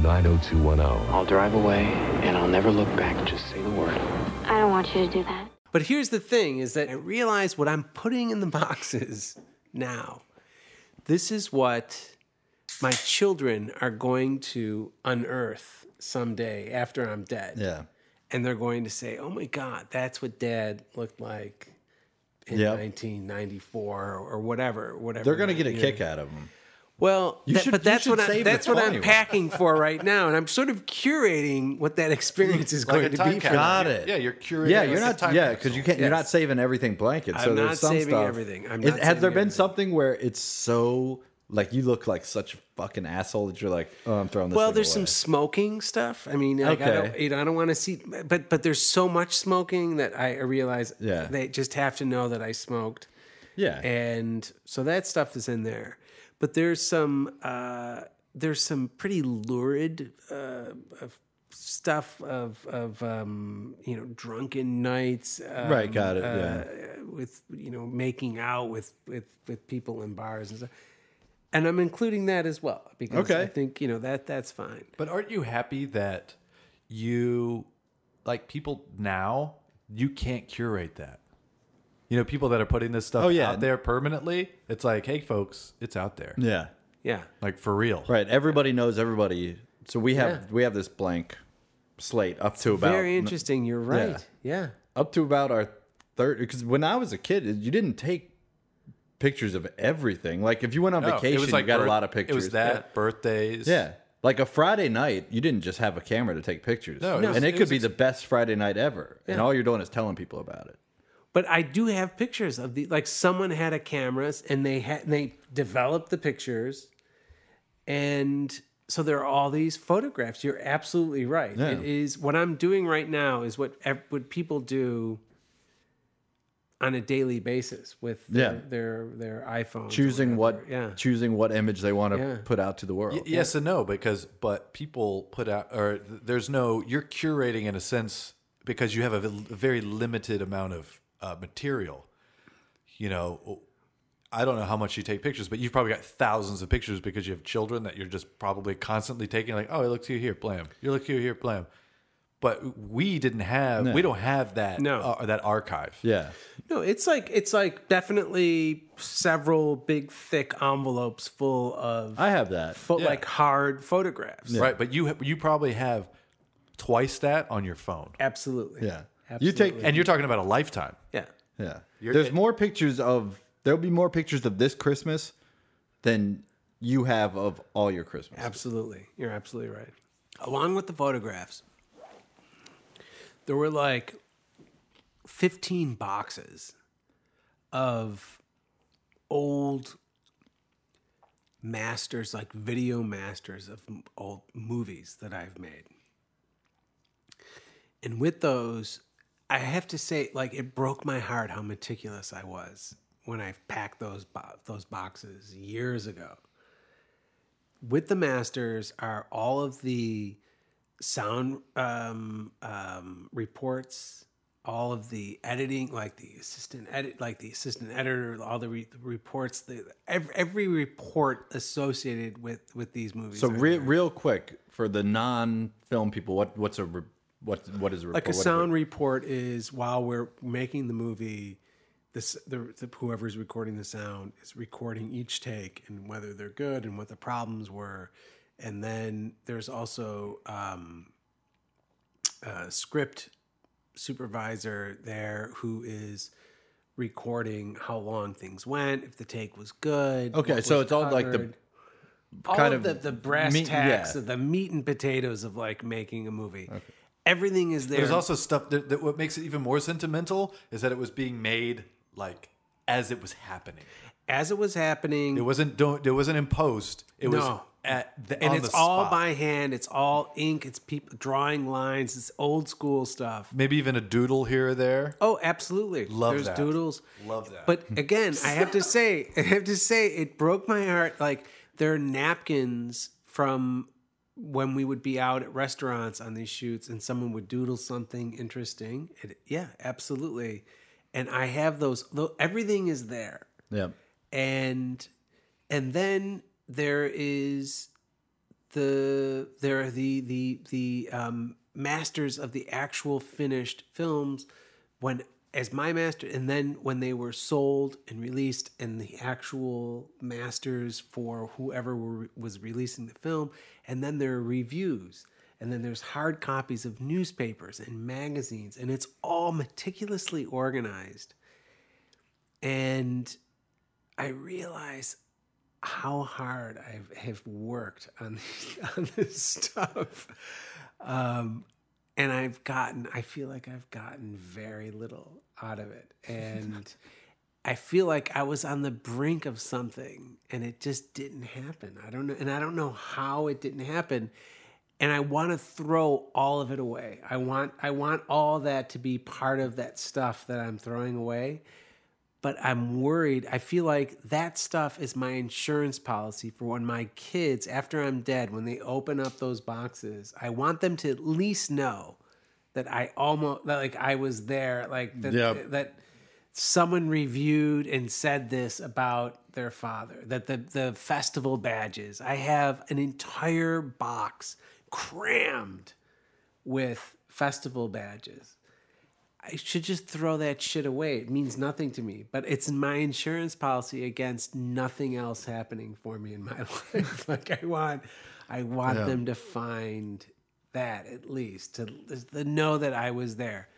[SPEAKER 4] 90210.
[SPEAKER 5] I'll drive away and I'll never look back. Just say the word.
[SPEAKER 6] I don't want you to do that.
[SPEAKER 3] But here's the thing is that I realize what I'm putting in the boxes now. This is what my children are going to unearth someday after I'm dead.
[SPEAKER 2] yeah,
[SPEAKER 3] And they're going to say, oh my God, that's what dad looked like in
[SPEAKER 2] Yep.
[SPEAKER 3] 1994 or whatever. whatever
[SPEAKER 2] they're gonna get a
[SPEAKER 3] you know.
[SPEAKER 2] kick out of him.
[SPEAKER 3] Well, that-
[SPEAKER 2] should-
[SPEAKER 3] but
[SPEAKER 2] you
[SPEAKER 3] that's
[SPEAKER 2] should
[SPEAKER 3] what I,
[SPEAKER 2] save the
[SPEAKER 3] that's what I'm
[SPEAKER 2] funny one.
[SPEAKER 3] packing for right now, and I'm sort of curating what that experience is
[SPEAKER 1] like
[SPEAKER 3] going
[SPEAKER 1] a
[SPEAKER 3] to
[SPEAKER 1] time
[SPEAKER 3] be.
[SPEAKER 1] capsule.
[SPEAKER 2] Got it.
[SPEAKER 1] Yeah, you're curating.
[SPEAKER 2] Yeah,
[SPEAKER 1] like
[SPEAKER 2] you're
[SPEAKER 1] a
[SPEAKER 2] not.
[SPEAKER 1] time
[SPEAKER 2] Yeah,
[SPEAKER 1] because
[SPEAKER 2] because you can't. You're not saving everything blanket. So
[SPEAKER 3] I'm
[SPEAKER 2] there's
[SPEAKER 3] not
[SPEAKER 2] some
[SPEAKER 3] saving
[SPEAKER 2] stuff.
[SPEAKER 3] everything. I'm
[SPEAKER 2] Is-
[SPEAKER 3] not
[SPEAKER 2] has
[SPEAKER 3] saving
[SPEAKER 2] there been
[SPEAKER 3] everything.
[SPEAKER 2] something where it's so like you look like such a fucking asshole that you're like, oh, I'm throwing this.
[SPEAKER 3] Well,
[SPEAKER 2] thing
[SPEAKER 3] there's
[SPEAKER 2] away.
[SPEAKER 3] some smoking stuff. I mean, like, I don't,
[SPEAKER 2] Okay.
[SPEAKER 3] you know, I don't want to see, but but there's so much smoking that I realize
[SPEAKER 2] Yeah.
[SPEAKER 3] they just have to know that I smoked,
[SPEAKER 2] Yeah,
[SPEAKER 3] and so that stuff is in there. But there's some uh, there's some pretty lurid uh, of stuff of of um, you know drunken nights. Um,
[SPEAKER 2] right. Got it. yeah.
[SPEAKER 3] with you know making out with with with people in bars and stuff. And I'm including that as well because
[SPEAKER 2] Okay.
[SPEAKER 3] I think you know that that's fine.
[SPEAKER 1] But aren't you happy that you like people now you can't curate that? You know, people that are putting this stuff
[SPEAKER 2] Oh, yeah.
[SPEAKER 1] out there permanently, it's like, hey folks, it's out there.
[SPEAKER 2] Yeah.
[SPEAKER 3] Yeah.
[SPEAKER 1] Like for real.
[SPEAKER 2] Right. Everybody knows everybody. So we have we have this blank slate up to about
[SPEAKER 3] Very interesting. You're right. Yeah.
[SPEAKER 2] up to about our third. Because when I was a kid, you didn't take pictures of everything. Like if you went on
[SPEAKER 1] No,
[SPEAKER 2] vacation, you got
[SPEAKER 1] birth-
[SPEAKER 2] a lot of pictures.
[SPEAKER 1] It was that birthdays.
[SPEAKER 2] Yeah. Like a Friday night, you didn't just have a camera to take pictures.
[SPEAKER 1] No, it was-
[SPEAKER 2] and it
[SPEAKER 1] it
[SPEAKER 2] could
[SPEAKER 1] was
[SPEAKER 2] be
[SPEAKER 1] ex-
[SPEAKER 2] the best Friday night ever. And all you're doing is telling people about it.
[SPEAKER 3] But I do have pictures of the like someone had a camera and they had they developed the pictures, and so there are all these photographs. You're absolutely right. It is what I'm doing right now is what ev- what people do on a daily basis with
[SPEAKER 2] Yeah.
[SPEAKER 3] their their, their iPhones. or
[SPEAKER 2] Choosing what
[SPEAKER 3] whatever. yeah.
[SPEAKER 2] choosing what image they want to
[SPEAKER 3] Yeah.
[SPEAKER 2] put out to the world.
[SPEAKER 1] Y- Yes and no, because but people put out or th- there's no you're curating in a sense because you have a v- a very limited amount of uh, material. You know, I don't know how much you take pictures, but you've probably got thousands of pictures because you have children that you're just probably constantly taking. Like, oh, I look cute here, blam. You look cute here, blam. But we didn't have, we don't have that,
[SPEAKER 3] No.
[SPEAKER 1] uh, that archive.
[SPEAKER 2] Yeah.
[SPEAKER 3] No, it's like it's like definitely several big thick envelopes full of
[SPEAKER 2] I have that.
[SPEAKER 3] fo- like hard photographs.
[SPEAKER 1] Right, but you ha- you probably have twice that on your phone,
[SPEAKER 3] Absolutely.
[SPEAKER 2] Yeah. You
[SPEAKER 3] Absolutely.
[SPEAKER 2] take
[SPEAKER 1] and you're talking about a lifetime.
[SPEAKER 3] Yeah.
[SPEAKER 2] Yeah. There's more pictures of there'll be more pictures of this Christmas than you have of all your Christmas.
[SPEAKER 3] Absolutely. You're absolutely right. Along with the photographs, there were like 15 boxes of old masters, like video masters of m- old movies that I've made. And with those, I have to say, like, it broke my heart how meticulous I was when I packed those, bo- those boxes years ago with the masters are all of the sound um, um, reports, all of the editing, like the assistant edit, like the assistant editor, all the, re- the reports, the every, every report associated with with these movies.
[SPEAKER 2] So
[SPEAKER 3] are
[SPEAKER 2] re-
[SPEAKER 3] there.
[SPEAKER 2] real quick for the non-film people, what what's a re- what what is a report?
[SPEAKER 3] like
[SPEAKER 2] What
[SPEAKER 3] a
[SPEAKER 2] is
[SPEAKER 3] sound report is while we're making the movie this the, the whoever's recording the sound is recording each take and whether they're good and what the problems were and then there's also um a script supervisor there who is recording how long things went if the take was good
[SPEAKER 2] Okay,
[SPEAKER 3] what
[SPEAKER 2] so
[SPEAKER 3] was
[SPEAKER 2] it's all like the
[SPEAKER 3] covered. all
[SPEAKER 2] kind
[SPEAKER 3] of
[SPEAKER 2] of
[SPEAKER 3] the, the brass
[SPEAKER 2] meat-
[SPEAKER 3] tacks
[SPEAKER 2] yeah.
[SPEAKER 3] of the meat and potatoes of like making a movie everything is there
[SPEAKER 1] There's also stuff that, that what makes it even more sentimental is that it was being made like as it was happening.
[SPEAKER 3] as it was happening.
[SPEAKER 1] It wasn't don't it wasn't in post. It was
[SPEAKER 3] No.
[SPEAKER 1] at the
[SPEAKER 3] and
[SPEAKER 1] on
[SPEAKER 3] it's
[SPEAKER 1] the
[SPEAKER 3] all
[SPEAKER 1] spot.
[SPEAKER 3] by hand. It's all ink. It's people drawing lines. It's old school stuff.
[SPEAKER 1] maybe even a doodle here or there.
[SPEAKER 3] Oh, absolutely.
[SPEAKER 1] Love
[SPEAKER 3] There's
[SPEAKER 1] that.
[SPEAKER 3] doodles.
[SPEAKER 1] Love that.
[SPEAKER 3] But again, I have to say, I have to say, it broke my heart. Like there are napkins from when we would be out at restaurants on these shoots, and someone would doodle something interesting. It, yeah, absolutely. And I have those. Though everything is there.
[SPEAKER 2] it? Yeah.
[SPEAKER 3] and and then there is the there are the the the um, masters of the actual finished films when as my master and then when they were sold and released and the actual masters for whoever were, was releasing the film and then there are reviews and then there's hard copies of newspapers and magazines and it's all meticulously organized and I realize how hard I have worked on on this stuff, um, and I've gotten. I feel like I've gotten very little out of it, and I feel like I was on the brink of something, and it just didn't happen. I don't know, and I don't know how it didn't happen. And I want to throw all of it away. I want I want all that to be part of that stuff that I'm throwing away but I'm worried. I feel like that stuff is my insurance policy for when my kids, after I'm dead, when they open up those boxes, I want them to at least know that I almost that like I was there, like that
[SPEAKER 2] Yeah.
[SPEAKER 3] that someone reviewed and said this about their father. That the the festival badges. I have an entire box crammed with festival badges. I should just throw that shit away. It means nothing to me. But it's my insurance policy against nothing else happening for me in my life. like I want, I want them to find that at least to, to know that I was there.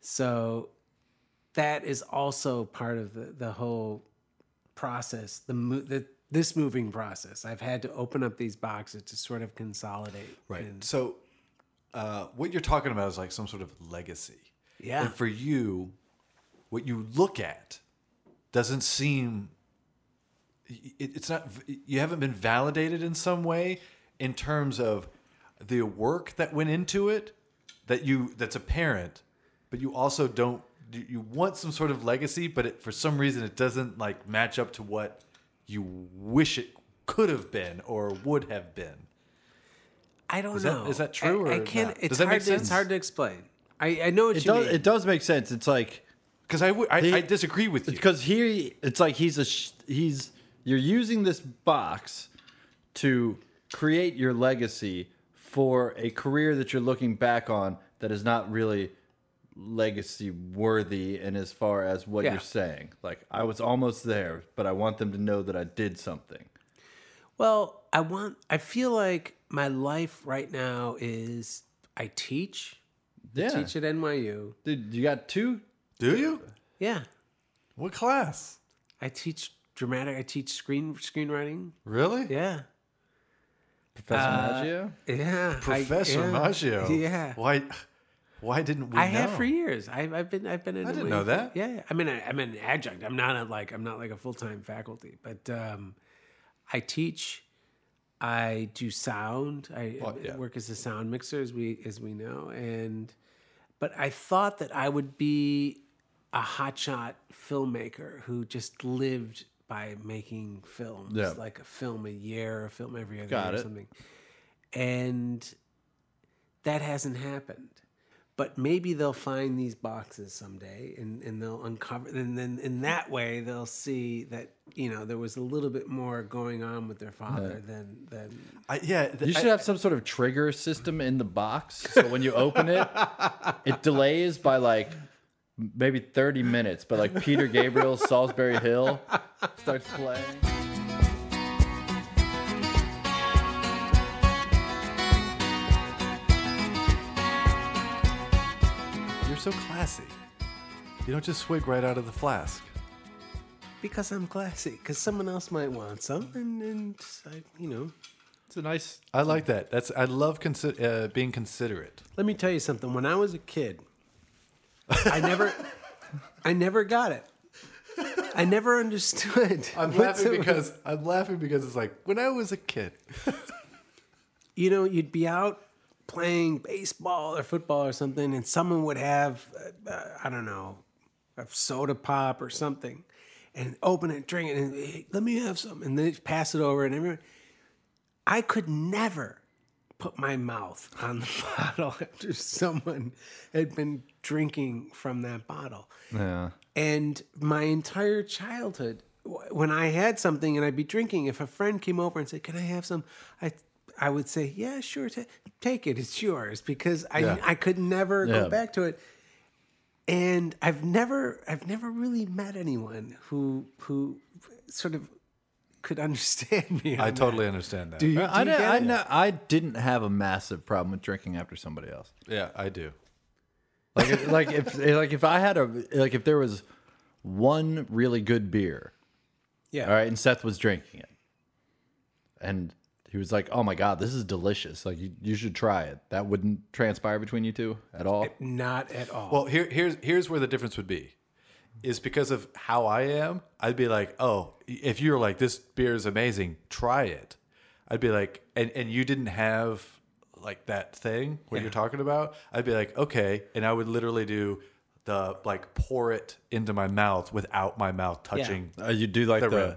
[SPEAKER 3] So that is also part of the the whole process. The, mo- the this moving process. I've had to open up these boxes to sort of consolidate.
[SPEAKER 1] Right. So, uh, what you're talking about is like some sort of legacy.
[SPEAKER 3] Yeah.
[SPEAKER 1] And for you, what you look at doesn't seem. It, it's not. You haven't been validated in some way in terms of the work that went into it. That you. That's apparent, but you also don't. you- You want some sort of legacy, but it, for some reason, it doesn't like match up to what you wish it could have been or would have been.
[SPEAKER 3] I don't
[SPEAKER 1] Is that-
[SPEAKER 3] know.
[SPEAKER 1] is that true
[SPEAKER 3] I, I
[SPEAKER 1] or
[SPEAKER 3] can't.
[SPEAKER 1] not?
[SPEAKER 3] It's
[SPEAKER 1] Does that make
[SPEAKER 3] hard. To, it's
[SPEAKER 1] sense?
[SPEAKER 3] hard to explain. I, I know what
[SPEAKER 2] It
[SPEAKER 3] you
[SPEAKER 2] does
[SPEAKER 3] mean.
[SPEAKER 2] it does make sense. It's like
[SPEAKER 1] Because I would- I-
[SPEAKER 2] He-
[SPEAKER 1] I disagree with you.
[SPEAKER 2] because here it's like he's a sh- he's you're using this box to create your legacy for a career that you're looking back on that is not really legacy worthy and as far as what
[SPEAKER 3] Yeah.
[SPEAKER 2] you're saying like i was almost there but i want them to know that i did something
[SPEAKER 3] Well, I want. I feel like my life right now is I teach.
[SPEAKER 2] yeah
[SPEAKER 3] Teach at NYU.
[SPEAKER 2] dude you got two
[SPEAKER 1] Do you?
[SPEAKER 3] Yeah,
[SPEAKER 1] What class?
[SPEAKER 3] I teach dramatic. I teach screen screenwriting.
[SPEAKER 1] Really?
[SPEAKER 3] Yeah,
[SPEAKER 2] professor
[SPEAKER 1] Uh,
[SPEAKER 2] maggio
[SPEAKER 3] yeah. I-
[SPEAKER 1] Professor
[SPEAKER 3] yeah.
[SPEAKER 1] Maggio.
[SPEAKER 3] Yeah.
[SPEAKER 1] Why? Why didn't we?
[SPEAKER 3] I
[SPEAKER 1] know?
[SPEAKER 3] have for years. I've, I've been I've been. in
[SPEAKER 1] I didn't
[SPEAKER 3] NYU
[SPEAKER 1] know
[SPEAKER 3] for-
[SPEAKER 1] that.
[SPEAKER 3] Yeah, yeah. I mean I, I'm an adjunct. I'm not a, like I'm not like a full time faculty, but um, I teach. I do sound. I
[SPEAKER 1] Well, yeah.
[SPEAKER 3] work as a sound mixer, as we as we know, and but I thought that I would be a hotshot filmmaker who just lived by making films,
[SPEAKER 2] Yeah.
[SPEAKER 3] like a film a year, a film every other
[SPEAKER 2] Got
[SPEAKER 3] year, or
[SPEAKER 2] it.
[SPEAKER 3] something, and that hasn't happened. But maybe they'll find these boxes someday and, and they'll uncover and then in that way they'll see that, you know, there was a little bit more going on with their father than than
[SPEAKER 1] I, yeah, th-
[SPEAKER 2] You should
[SPEAKER 1] I-
[SPEAKER 2] have some sort of trigger system in the box, so when you open it, it delays by like maybe thirty minutes. But like Peter Gabriel, Salisbury Hill starts playing.
[SPEAKER 1] You're so classy. You don't just swig right out of the flask.
[SPEAKER 3] because I'm classy, because someone else might want some and, and I, you know.
[SPEAKER 2] It's a nice.
[SPEAKER 1] I like that. That's I love consi- uh, being considerate.
[SPEAKER 3] Let me tell you something. When I was a kid, I never, I never got it. I never understood.
[SPEAKER 1] I'm
[SPEAKER 3] what's
[SPEAKER 1] laughing
[SPEAKER 3] up-
[SPEAKER 1] because I'm laughing because it's like when I was a kid.
[SPEAKER 3] you know you'd be out playing baseball or football or something, and someone would have uh, uh, I don't know a soda pop or something, and open it, drink it, and hey, let me have some, and then pass it over, and everyone. I could never put my mouth on the bottle after someone had been drinking from that bottle.
[SPEAKER 2] Yeah.
[SPEAKER 3] And my entire childhood, wh- when I had something and I'd be drinking, if a friend came over and said, "Can I have some?" I I would say, "Yeah, sure, ta take it. It's yours," because I
[SPEAKER 1] Yeah.
[SPEAKER 3] I could never
[SPEAKER 2] Yeah.
[SPEAKER 3] go back to it. And I've never I've never really met anyone who who sort of could understand me.
[SPEAKER 1] I
[SPEAKER 3] on that.
[SPEAKER 1] totally understand that.
[SPEAKER 3] do you, do
[SPEAKER 2] I,
[SPEAKER 3] you
[SPEAKER 2] didn't,
[SPEAKER 3] get
[SPEAKER 2] I,
[SPEAKER 3] it?
[SPEAKER 2] kno- I didn't have a massive problem with drinking after somebody else.
[SPEAKER 1] Yeah, I do.
[SPEAKER 2] Like if, like if like if I had a like if there was one really good beer,
[SPEAKER 3] Yeah.
[SPEAKER 2] all right, and Seth was drinking it, and he was like, "Oh my god, this is delicious! Like you, you should try it." That wouldn't transpire between you two at all.
[SPEAKER 3] Not at all.
[SPEAKER 1] Well, here here's here's where the difference would be. Is because of how I am, I'd be like, "Oh, if you're like this beer is amazing, try it." I'd be like, and and you didn't have like that thing what you're talking about, I'd be like, "Okay," and I would literally do the like pour it into my mouth without my mouth touching.
[SPEAKER 2] Uh, you do like
[SPEAKER 1] The
[SPEAKER 2] the,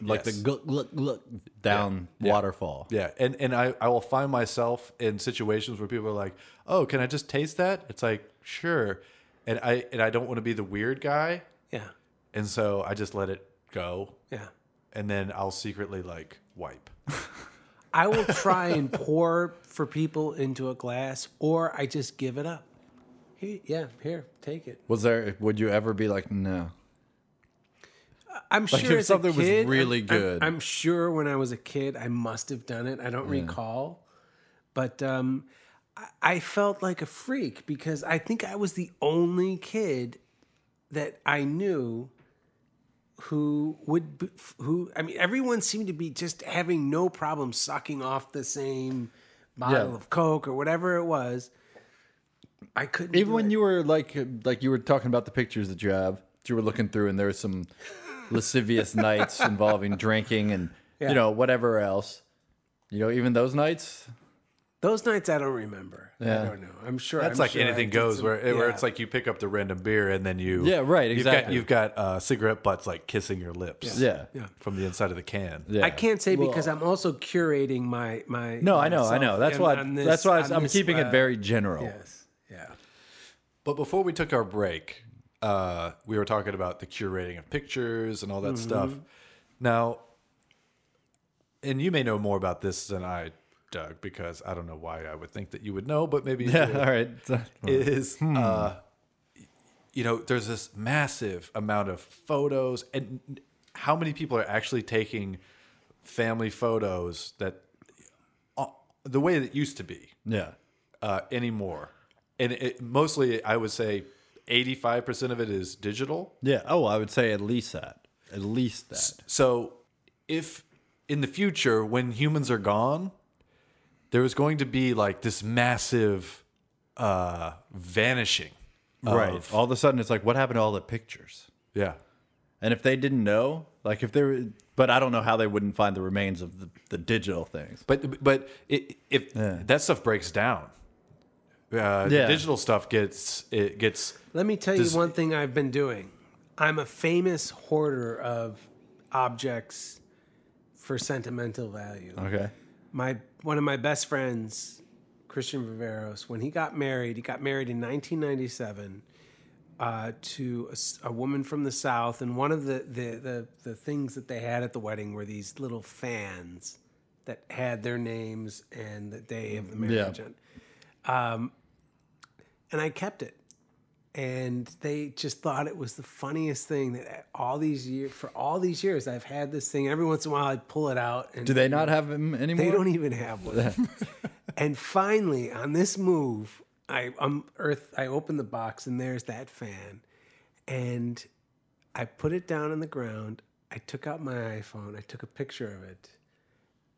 [SPEAKER 2] like
[SPEAKER 1] Yes.
[SPEAKER 2] the look look look down waterfall.
[SPEAKER 1] Yeah, and and I I will find myself in situations where people are like, "Oh, can I just taste that?" It's like, "Sure," and I and I don't want to be the weird guy,
[SPEAKER 3] yeah.
[SPEAKER 1] and so I just let it go,
[SPEAKER 3] Yeah.
[SPEAKER 1] and then I'll secretly like wipe.
[SPEAKER 3] I will try and pour for people into a glass, or I just give it up. Here, yeah, here, take it.
[SPEAKER 2] Was there? Would you ever be like, no?
[SPEAKER 3] I'm
[SPEAKER 2] Like,
[SPEAKER 3] sure
[SPEAKER 2] if
[SPEAKER 3] as
[SPEAKER 2] something
[SPEAKER 3] a
[SPEAKER 2] was
[SPEAKER 3] kid, I'm-
[SPEAKER 2] really
[SPEAKER 3] I'm-
[SPEAKER 2] good.
[SPEAKER 3] I'm, sure when I was a kid, I must have done it. I don't recall, but um, I, I felt like a freak because I think I was the only kid that I knew who would be, who I mean everyone seemed to be just having no problem sucking off the same bottle
[SPEAKER 2] Yeah.
[SPEAKER 3] of coke or whatever it was. I couldn't
[SPEAKER 2] Even
[SPEAKER 3] do
[SPEAKER 2] when
[SPEAKER 3] it.
[SPEAKER 2] you were like like you were talking about the pictures that you have, that you were looking through, and there was some lascivious nights involving drinking and you know whatever else. You know, even those nights.
[SPEAKER 3] those nights I don't remember. I
[SPEAKER 2] Yeah.
[SPEAKER 3] don't know. I'm sure
[SPEAKER 1] That's
[SPEAKER 3] I'm
[SPEAKER 1] like
[SPEAKER 3] sure I
[SPEAKER 1] anything
[SPEAKER 3] did
[SPEAKER 1] goes
[SPEAKER 3] some-
[SPEAKER 1] where where it's
[SPEAKER 3] yeah.
[SPEAKER 1] like you pick up the random beer and then you
[SPEAKER 2] Yeah, right, exactly.
[SPEAKER 1] You've got, you've got uh, cigarette butts like kissing your lips.
[SPEAKER 2] Yeah.
[SPEAKER 3] Yeah.
[SPEAKER 1] from the inside of the can.
[SPEAKER 2] Yeah.
[SPEAKER 3] I can't say because I'm also curating my my.
[SPEAKER 2] No, I know, I
[SPEAKER 3] myself
[SPEAKER 2] know. That's
[SPEAKER 3] in-
[SPEAKER 2] why.
[SPEAKER 3] on this-
[SPEAKER 2] that's why
[SPEAKER 3] on
[SPEAKER 2] I'm
[SPEAKER 3] this,
[SPEAKER 2] keeping
[SPEAKER 3] uh,
[SPEAKER 2] it very general.
[SPEAKER 3] Yes. Yeah.
[SPEAKER 1] But before we took our break, uh, we were talking about the curating of pictures and all that
[SPEAKER 2] Mm-hmm.
[SPEAKER 1] stuff. Now, and you may know more about this than I, Doug, because I don't know why I would think that you would know, but maybe you
[SPEAKER 2] Yeah.
[SPEAKER 1] do.
[SPEAKER 2] All right.
[SPEAKER 1] is uh, you know there's this massive amount of photos and how many people are actually taking family photos that uh, the way that used to be
[SPEAKER 2] Yeah.
[SPEAKER 1] uh, anymore and it, mostly i would say 85% of it is digital
[SPEAKER 2] Yeah. Oh, I would say at least that. At least that.
[SPEAKER 1] So, if in the future, when humans are gone, there is going to be like this massive uh, vanishing. of-
[SPEAKER 2] Right. All of a sudden, it's like, what happened to all the pictures?
[SPEAKER 1] Yeah.
[SPEAKER 2] And if they didn't know, like if they were, but I don't know how they wouldn't find the remains of the, the digital things.
[SPEAKER 1] But but it, if that stuff breaks down, uh, the
[SPEAKER 2] Yeah.
[SPEAKER 1] digital stuff gets it gets
[SPEAKER 3] Let me tell
[SPEAKER 1] Does-
[SPEAKER 3] you one thing I've been doing. I'm a famous hoarder of objects for sentimental value.
[SPEAKER 2] Okay.
[SPEAKER 3] My one of my best friends, Christian Viveros, when he got married, he got married in 1997 uh, to a, s- a woman from the South. And one of the, the, the, the things that they had at the wedding were these little fans that had their names and the day of the marriage on. Um, and I kept it. And they just thought it was the funniest thing that all these years, for all these years, I've had this thing. Every once in a while, I pull it out. And
[SPEAKER 2] Do they not have him anymore?
[SPEAKER 3] they don't e- even have one. and finally, on this move, I um, Earth. I open the box, and there's that fan, and I put it down on the ground. I took out my iPhone. I took a picture of it,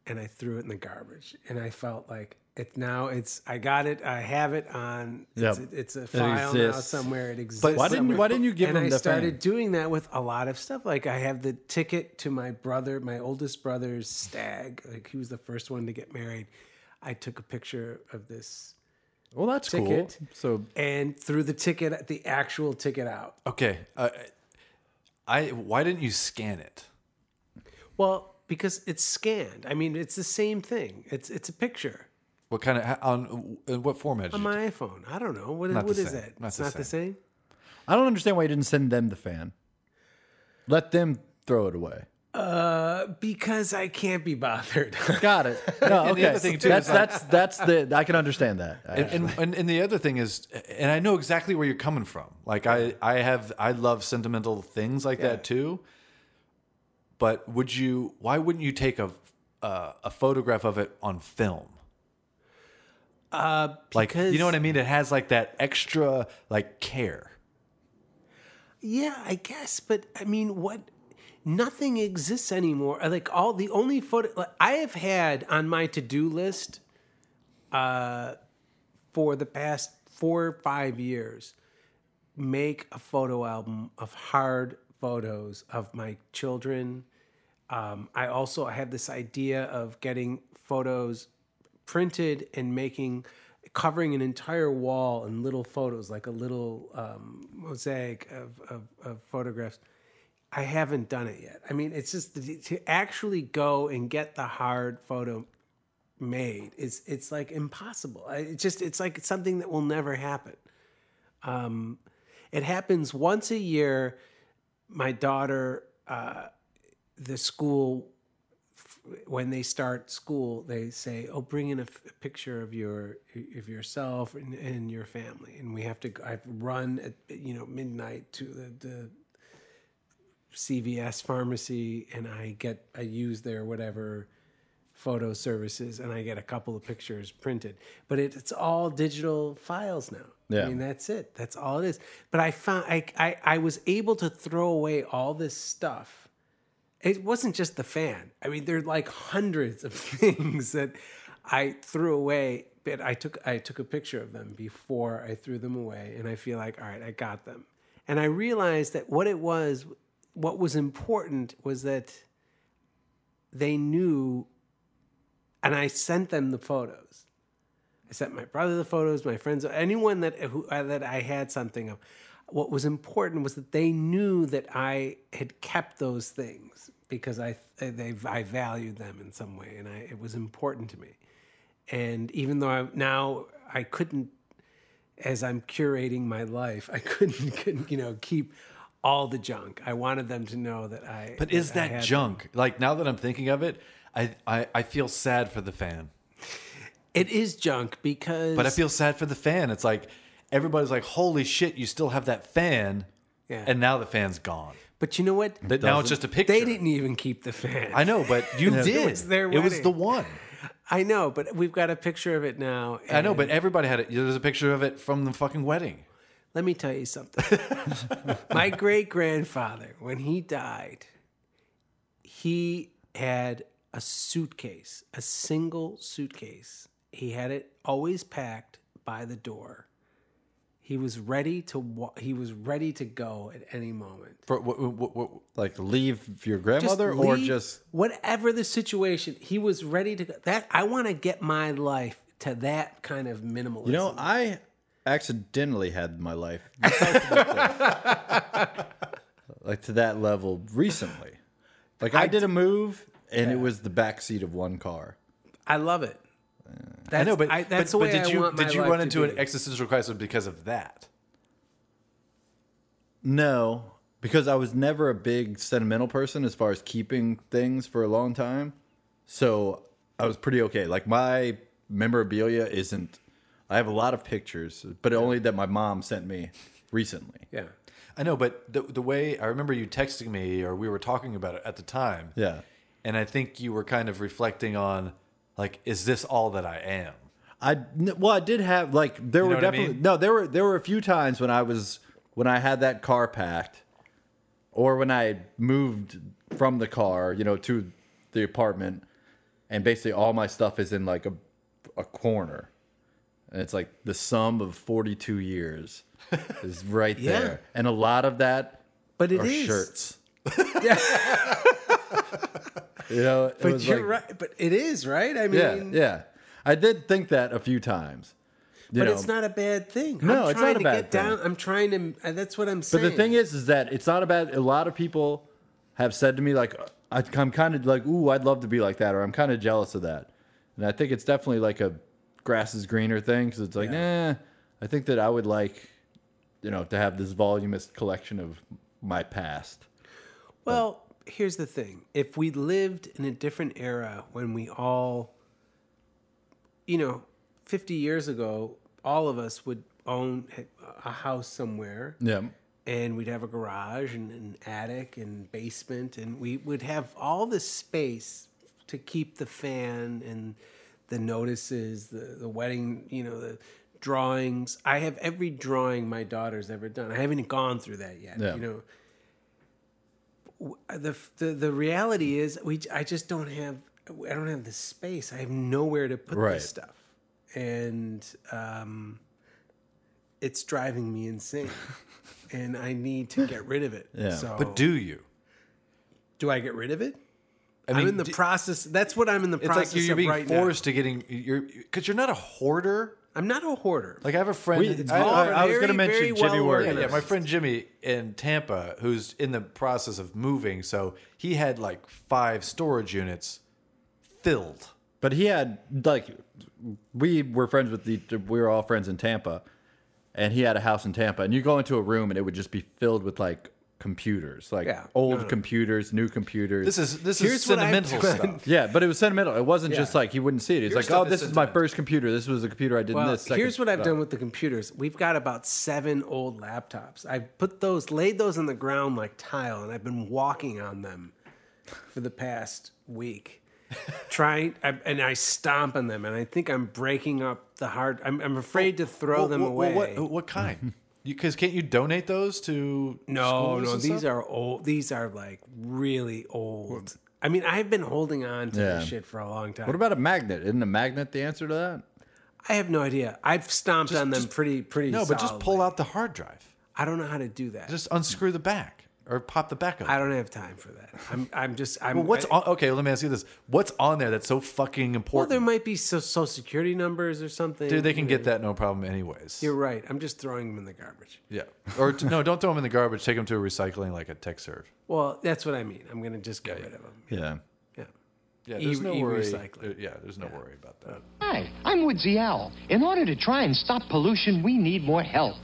[SPEAKER 3] and I threw it in the garbage. And I felt like it's now. It's I got it. I have it on. It's,
[SPEAKER 2] Yep.
[SPEAKER 3] it's a file now
[SPEAKER 2] exists.
[SPEAKER 3] somewhere. It exists.
[SPEAKER 2] why didn't-
[SPEAKER 3] somewhere.
[SPEAKER 2] why didn't you give
[SPEAKER 3] And
[SPEAKER 2] him
[SPEAKER 3] I
[SPEAKER 2] the fan?
[SPEAKER 3] started doing that with a lot of stuff. Like I have the ticket to my brother, my oldest brother's stag. Like he was the first one to get married. I took a picture of this
[SPEAKER 2] Well, that's
[SPEAKER 3] Ticket.
[SPEAKER 2] cool. So
[SPEAKER 3] and threw the ticket, the actual ticket out.
[SPEAKER 1] Okay. Uh, I why didn't you scan it?
[SPEAKER 3] Well, because it's scanned. I mean, it's the same thing. It's it's a picture
[SPEAKER 1] What kind of on in what format? Did
[SPEAKER 3] on
[SPEAKER 1] you
[SPEAKER 3] my iPhone. I don't know what
[SPEAKER 1] Not the
[SPEAKER 3] what is
[SPEAKER 1] same.
[SPEAKER 3] that.
[SPEAKER 1] Not
[SPEAKER 3] it's
[SPEAKER 1] the
[SPEAKER 3] not the same.
[SPEAKER 2] I don't understand why you didn't send them the fan. Let them throw it away.
[SPEAKER 3] Because I can't be bothered.
[SPEAKER 2] Got it. No,
[SPEAKER 1] And the
[SPEAKER 2] okay.
[SPEAKER 1] other thing, too,
[SPEAKER 2] that's
[SPEAKER 1] is like-
[SPEAKER 2] that's that's the I can understand that.
[SPEAKER 1] and, and, and and the other thing is, and I know exactly where you're coming from. Like I, I have, I love sentimental things like that too. But would you? Why wouldn't you take a uh, a photograph of it on film?
[SPEAKER 3] Uh,
[SPEAKER 1] Like
[SPEAKER 3] because,
[SPEAKER 1] you know what I mean? It has like that extra like care.
[SPEAKER 3] Yeah, I guess, but I mean, what? Nothing exists anymore. Like all the only photo like, I have had on my to do list, uh, for the past four or five years, make a photo album of hard photos of my children. Um, I also have this idea of getting photos printed and making covering an entire wall in little photos like a little um, mosaic of, of, of photographs i haven't done it yet i mean it's just to- to actually go and get the hard photo made it's it's like impossible I- it's just it's like something that will never happen um, it happens once a year my daughter uh, the school when they start school, they say, "Oh, bring in a, f- a picture of your of yourself and, and your family." And we have to. I run at you know midnight to the, the CVS pharmacy, and I get I use their whatever photo services, and I get a couple of pictures printed. But it, it's all digital files now.
[SPEAKER 2] Yeah.
[SPEAKER 3] I mean that's it. That's all it is. But I found I I, I was able to throw away all this stuff it wasn't just the fan. I mean, there are like hundreds of things that I threw away, but I took I took a picture of them before I threw them away, and I feel like, all right, I got them. And I realized that what it was, what was important was that they knew, and I sent them the photos. I sent my brother the photos, my friends, anyone that who uh, that I had something of. What was important was that they knew that I had kept those things because I they I valued them in some way, and I, it was important to me. And even though I, now I couldn't, as I'm curating my life, I couldn't, couldn't you know keep all the junk. I wanted them to know that I.
[SPEAKER 1] But is
[SPEAKER 3] I
[SPEAKER 1] that
[SPEAKER 3] had-
[SPEAKER 1] junk? Like now that I'm thinking of it, I, I I feel sad for the fan.
[SPEAKER 3] It is junk because.
[SPEAKER 1] But I feel sad for the fan. It's like everybody's like, "Holy shit, you still have that fan,"
[SPEAKER 3] Yeah.
[SPEAKER 1] and now the fan's gone.
[SPEAKER 3] But you know what?
[SPEAKER 1] That now it's just a picture.
[SPEAKER 3] They didn't even keep the fan.
[SPEAKER 1] I know, but you did.
[SPEAKER 3] It was their
[SPEAKER 1] It was the
[SPEAKER 3] wedding.
[SPEAKER 1] one.
[SPEAKER 3] I know, but we've got a picture of it now.
[SPEAKER 1] I know,
[SPEAKER 3] and
[SPEAKER 1] but everybody had it. There's a picture of it from the fucking wedding.
[SPEAKER 3] let me tell you something. My great grandfather, when he died, he had a suitcase, a single suitcase. He had it always packed by the door. He was ready to wa- he was ready to go at any moment.
[SPEAKER 1] For, what, what, what,
[SPEAKER 2] like leave your grandmother
[SPEAKER 3] Just
[SPEAKER 2] or
[SPEAKER 3] leave-
[SPEAKER 2] just
[SPEAKER 3] whatever the situation he was ready to go that i want to get my life to that kind of minimalism
[SPEAKER 2] you know I accidentally had my life We talked about that. like to that level recently. Like I, did a move and it was the back seat of one car.
[SPEAKER 3] i love it That's,
[SPEAKER 1] I know, but
[SPEAKER 3] that's
[SPEAKER 1] but,
[SPEAKER 3] the
[SPEAKER 1] but
[SPEAKER 3] way
[SPEAKER 1] did
[SPEAKER 3] I
[SPEAKER 1] you
[SPEAKER 3] want my
[SPEAKER 1] did you
[SPEAKER 3] life
[SPEAKER 1] run
[SPEAKER 3] to
[SPEAKER 1] into an
[SPEAKER 3] be.
[SPEAKER 1] existential crisis because of that?
[SPEAKER 2] No, because I was never a big sentimental person as far as keeping things for a long time. So I was pretty okay. Like my memorabilia isn't. I have a lot of pictures, but only that my mom sent me recently.
[SPEAKER 3] yeah.
[SPEAKER 1] I know, but the the way I remember you texting me or we were talking about it at the time.
[SPEAKER 2] Yeah.
[SPEAKER 1] And I think you were kind of reflecting on like, is this all that I am?
[SPEAKER 2] I n- well, I did have like there
[SPEAKER 1] You know
[SPEAKER 2] were
[SPEAKER 1] what I
[SPEAKER 2] definitely
[SPEAKER 1] mean?
[SPEAKER 2] no there were there were a few times when I was when I had that car packed, or when I moved from the car, you know, to the apartment, and basically all my stuff is in like a a corner, and it's like the sum of forty two years is right
[SPEAKER 3] Yeah.
[SPEAKER 2] there, and a lot of that
[SPEAKER 3] But it
[SPEAKER 2] are
[SPEAKER 3] is.
[SPEAKER 2] shirts. you know, it
[SPEAKER 3] But
[SPEAKER 2] was
[SPEAKER 3] you're
[SPEAKER 2] like-
[SPEAKER 3] right. But it is right. I mean,
[SPEAKER 2] yeah, yeah. I did think that a few times. You
[SPEAKER 3] but
[SPEAKER 2] know,
[SPEAKER 3] it's not a bad thing.
[SPEAKER 2] No,
[SPEAKER 3] I'm
[SPEAKER 2] it's
[SPEAKER 3] trying
[SPEAKER 2] not a
[SPEAKER 3] to
[SPEAKER 2] bad
[SPEAKER 3] get
[SPEAKER 2] thing.
[SPEAKER 3] down. I'm trying to. uh, That's what I'm
[SPEAKER 2] But
[SPEAKER 3] saying.
[SPEAKER 2] the thing is, is that it's not about. A lot of people have said to me like, I, I'm kind of like, ooh, I'd love to be like that, or I'm kind of jealous of that. And I think it's definitely like a grass is greener thing because it's like, nah. I think that I would like, you know, to have this voluminous collection of my past.
[SPEAKER 3] Well, here's the thing. If we lived in a different era when we all, you know, 50 years ago, all of us would own a- a house somewhere
[SPEAKER 2] Yeah.
[SPEAKER 3] and we'd have a garage and an attic and basement and we would have all this space to keep the fan and the notices the, the wedding you know the drawings i have every drawing my daughter's ever done i haven't gone through that yet
[SPEAKER 2] Yeah.
[SPEAKER 3] you know W- the, the the reality is we j- i just don't have i don't have the space i have nowhere to put
[SPEAKER 2] Right.
[SPEAKER 3] this stuff and um it's driving me insane and I need to get rid of it.
[SPEAKER 2] Yeah.
[SPEAKER 3] So
[SPEAKER 1] But do you?
[SPEAKER 3] do I get rid of it? I
[SPEAKER 1] mean,
[SPEAKER 3] am in the
[SPEAKER 1] d-
[SPEAKER 3] process. That's what I'm in the
[SPEAKER 1] It's
[SPEAKER 3] process
[SPEAKER 1] like you're, you're
[SPEAKER 3] of
[SPEAKER 1] being
[SPEAKER 3] right
[SPEAKER 1] forced to getting you're because you're not a hoarder.
[SPEAKER 3] now. I'm not a hoarder.
[SPEAKER 1] Like I have a friend.
[SPEAKER 2] We, I,
[SPEAKER 1] I-
[SPEAKER 3] all
[SPEAKER 2] I- I was
[SPEAKER 3] very,
[SPEAKER 2] going to mention
[SPEAKER 3] very
[SPEAKER 2] Jimmy
[SPEAKER 3] well
[SPEAKER 2] Ward.
[SPEAKER 1] Yeah, yeah,
[SPEAKER 3] organized.
[SPEAKER 1] my friend Jimmy in Tampa, who's in the process of moving, so he had like five storage units filled.
[SPEAKER 2] But he had like we were friends with the we were all friends in Tampa, and he had a house in Tampa. And you go into a room and it would just be filled with like computers, like
[SPEAKER 3] Yeah.
[SPEAKER 2] old computers, new computers.
[SPEAKER 1] This is this is
[SPEAKER 3] Here's what I've
[SPEAKER 1] sentimental
[SPEAKER 3] done.
[SPEAKER 1] stuff.
[SPEAKER 2] yeah, but it was sentimental. It wasn't just
[SPEAKER 3] Yeah.
[SPEAKER 2] like he wouldn't see it. He's
[SPEAKER 1] Your
[SPEAKER 2] like,
[SPEAKER 1] stuff
[SPEAKER 2] oh,
[SPEAKER 1] is
[SPEAKER 2] this is my
[SPEAKER 1] sentimental.
[SPEAKER 2] first computer. This was a computer I did in
[SPEAKER 3] Well,
[SPEAKER 2] this. second-
[SPEAKER 3] here's what I've
[SPEAKER 2] uh,
[SPEAKER 3] done with the computers. We've got about seven old laptops. I put those, laid those on the ground like tile, and I've been walking on them for the past week. trying I, and I stomp on them, and I think I'm breaking up the hard. I'm, I'm afraid to throw them
[SPEAKER 1] Well,
[SPEAKER 3] away.
[SPEAKER 1] well, What, what kind? Because can't you donate those to?
[SPEAKER 3] No,
[SPEAKER 1] schools
[SPEAKER 3] no,
[SPEAKER 1] and
[SPEAKER 3] these
[SPEAKER 1] stuff?
[SPEAKER 3] are old. These are like really old. I mean, I've been holding on to this
[SPEAKER 2] Yeah.
[SPEAKER 3] shit for a long time.
[SPEAKER 2] What about a magnet? Isn't a magnet the answer to that?
[SPEAKER 3] I have no idea. I've stomped on them pretty, pretty.
[SPEAKER 1] no, but just pull
[SPEAKER 3] solidly.
[SPEAKER 1] out the hard drive.
[SPEAKER 3] I don't know how to do that.
[SPEAKER 1] Just unscrew the back or pop the back up.
[SPEAKER 3] I don't have time for that. I'm, I'm just, I'm.
[SPEAKER 1] Well, what's
[SPEAKER 3] I,
[SPEAKER 1] on? Okay, let me ask you this: What's on there that's so fucking
[SPEAKER 3] Well,
[SPEAKER 1] important?
[SPEAKER 3] there might be so, social security numbers or something.
[SPEAKER 1] Dude, they can
[SPEAKER 3] you
[SPEAKER 1] get
[SPEAKER 3] know.
[SPEAKER 1] that no problem, anyways.
[SPEAKER 3] You're right. I'm just throwing them in the garbage.
[SPEAKER 1] yeah, or t- no, don't throw them in the garbage. Take them to a recycling, like a tech serve.
[SPEAKER 3] Well, that's what I mean. I'm gonna just get rid of them.
[SPEAKER 2] Yeah.
[SPEAKER 3] Yeah.
[SPEAKER 1] Yeah,
[SPEAKER 3] E-
[SPEAKER 1] there's no worry.
[SPEAKER 3] e-recycling.
[SPEAKER 1] uh, Yeah, there's no worry about that.
[SPEAKER 7] Hi, I'm Woodsy Owl. In order to try and stop pollution, we need more help.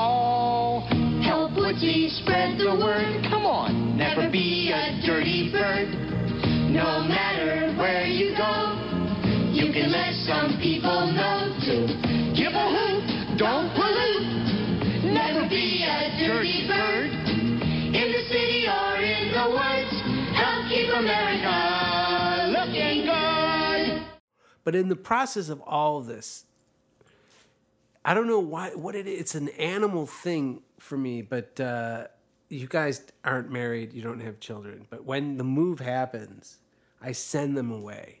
[SPEAKER 7] So, help Woodsy spread the word. Come on, never be a dirty bird. No matter where you go, you can let some people know to give a hoot, don't pollute. Never be a dirty bird. In the city or in the woods, help keep America looking good.
[SPEAKER 3] But in the process of all of this, I don't know why what it is. It's an animal thing for me, but uh, you guys aren't married, you don't have children. But when the move happens, I send them away.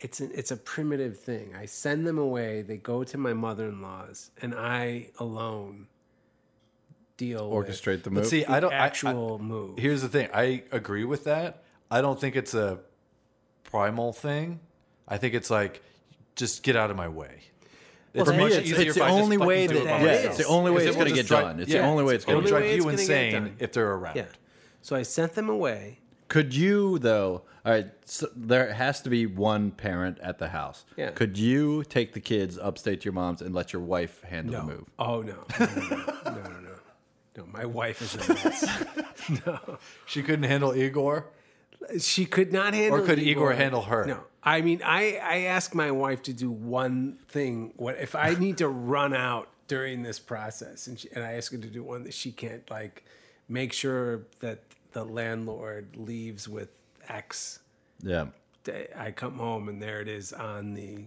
[SPEAKER 3] It's an, it's a primitive thing. I send them away. They go to my mother-in-law's, and I alone deal with
[SPEAKER 2] Orchestrate the move.
[SPEAKER 1] But see,
[SPEAKER 3] the
[SPEAKER 1] I don't. I-
[SPEAKER 3] actual
[SPEAKER 1] I,
[SPEAKER 3] move.
[SPEAKER 1] here's the thing: I agree with that. I don't think it's a primal thing. I think it's like, just get out of my way. It's
[SPEAKER 3] for me,
[SPEAKER 1] much
[SPEAKER 3] it's-
[SPEAKER 1] easier
[SPEAKER 2] it's
[SPEAKER 1] if
[SPEAKER 2] the
[SPEAKER 1] I just
[SPEAKER 2] only
[SPEAKER 1] fucking
[SPEAKER 2] way
[SPEAKER 1] do
[SPEAKER 2] that-
[SPEAKER 1] it by
[SPEAKER 3] yeah,
[SPEAKER 1] myself.
[SPEAKER 3] it's the
[SPEAKER 2] only way
[SPEAKER 1] 'Cause it
[SPEAKER 2] it's
[SPEAKER 1] will
[SPEAKER 2] gonna
[SPEAKER 1] just
[SPEAKER 2] get
[SPEAKER 1] drive-
[SPEAKER 2] done. It's the only way it's gonna
[SPEAKER 1] it'll
[SPEAKER 2] get
[SPEAKER 1] drive
[SPEAKER 3] done.
[SPEAKER 1] you
[SPEAKER 3] It's gonna get
[SPEAKER 1] insane
[SPEAKER 3] done.
[SPEAKER 1] if they're around.
[SPEAKER 3] Yeah. So I sent them away,
[SPEAKER 2] Could you though? All right, so there has to be one parent at the house.
[SPEAKER 3] Yeah.
[SPEAKER 2] Could you take the kids upstate to your mom's and let your wife handle the move?
[SPEAKER 3] Oh no. No, no, no, no, no, no. No, my wife is a mess.
[SPEAKER 1] She couldn't handle Igor.
[SPEAKER 3] She could not handle.
[SPEAKER 1] Or could Igor handle her?
[SPEAKER 3] No, I mean, I I ask my wife to do one thing. What if I need to run out during this process, and she, and I ask her to do one that she can't like make sure that the landlord leaves with X.
[SPEAKER 2] Yeah.
[SPEAKER 3] I come home and there it is on the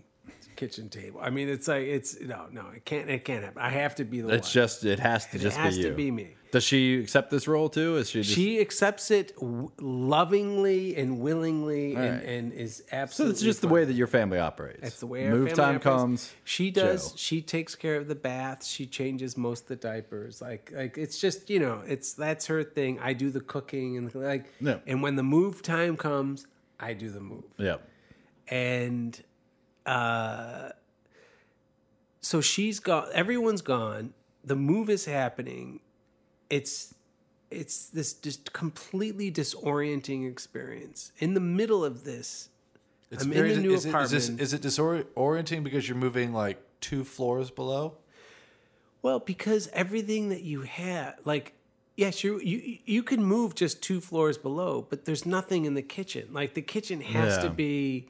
[SPEAKER 3] kitchen table. I mean, it's like it's no, no, it can't, it can't happen. I have to be the
[SPEAKER 2] It's
[SPEAKER 3] one.
[SPEAKER 2] just it has to
[SPEAKER 3] It
[SPEAKER 2] just
[SPEAKER 3] has
[SPEAKER 2] be you.
[SPEAKER 3] to be me.
[SPEAKER 2] Does she accept this role too? Is she just
[SPEAKER 3] She accepts it w- lovingly and willingly, and,
[SPEAKER 2] right.
[SPEAKER 3] and is
[SPEAKER 2] So
[SPEAKER 3] absolutely.
[SPEAKER 2] it's just the
[SPEAKER 3] fine.
[SPEAKER 2] way that your family operates.
[SPEAKER 3] That's the way our
[SPEAKER 2] move
[SPEAKER 3] family
[SPEAKER 2] time
[SPEAKER 3] operates.
[SPEAKER 2] comes.
[SPEAKER 3] She does.
[SPEAKER 2] Joe.
[SPEAKER 3] She takes care of the baths. She changes most of the diapers. Like like it's just you know it's that's her thing. I do the cooking and like
[SPEAKER 2] Yeah.
[SPEAKER 3] and when the move time comes, I do the move
[SPEAKER 2] Yeah.
[SPEAKER 3] and uh, so she's gone. Everyone's gone. The move is happening. It's it's this just completely disorienting experience. In the middle of this,
[SPEAKER 1] It's
[SPEAKER 3] I'm
[SPEAKER 1] very-
[SPEAKER 3] in the new
[SPEAKER 1] is it-
[SPEAKER 3] apartment.
[SPEAKER 1] Is, this, is it disorienting because you're moving like two floors below?
[SPEAKER 3] Well, because everything that you have, like, yes, you you you can move just two floors below, but there's nothing in the kitchen. Like the kitchen has to
[SPEAKER 2] Yeah.
[SPEAKER 3] be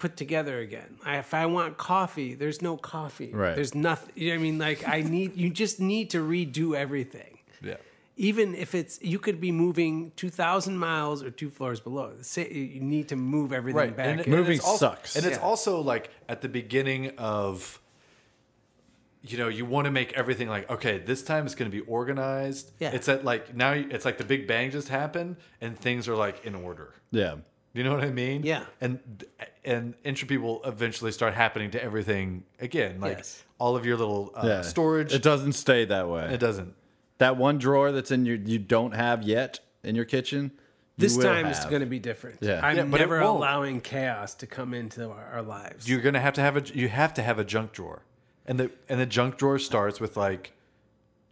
[SPEAKER 3] put together again. I, if I want coffee, there's no coffee.
[SPEAKER 2] Right.
[SPEAKER 3] There's nothing. You know what I mean? Like I need. You just need to redo everything.
[SPEAKER 1] Yeah.
[SPEAKER 3] Even if it's you could be moving two thousand miles or two floors below. Say you need to move everything
[SPEAKER 1] Right.
[SPEAKER 3] back.
[SPEAKER 1] it-
[SPEAKER 3] in.
[SPEAKER 2] Moving
[SPEAKER 1] it's also-
[SPEAKER 2] sucks.
[SPEAKER 1] And it's
[SPEAKER 3] Yeah.
[SPEAKER 1] also like at the beginning of you know, you want to make everything like, okay, this time it's going to be organized.
[SPEAKER 3] Yeah.
[SPEAKER 1] It's at like now you- it's like the big bang just happened and things are like in order.
[SPEAKER 2] Yeah.
[SPEAKER 1] You know what I mean?
[SPEAKER 3] Yeah.
[SPEAKER 1] And and entropy will eventually start happening to everything again. Like
[SPEAKER 3] Yes.
[SPEAKER 1] all of your little uh,
[SPEAKER 2] Yeah.
[SPEAKER 1] storage.
[SPEAKER 2] It doesn't stay that way.
[SPEAKER 1] it doesn't.
[SPEAKER 2] That one drawer that's in your you don't have yet in your kitchen.
[SPEAKER 3] This time it's going to be different.
[SPEAKER 2] Yeah.
[SPEAKER 3] I'm
[SPEAKER 1] Yeah, but it
[SPEAKER 3] never
[SPEAKER 1] won't.
[SPEAKER 3] allowing chaos to come into our, our lives.
[SPEAKER 1] you're gonna have to have a you have to have a junk drawer, and the and the junk drawer starts with like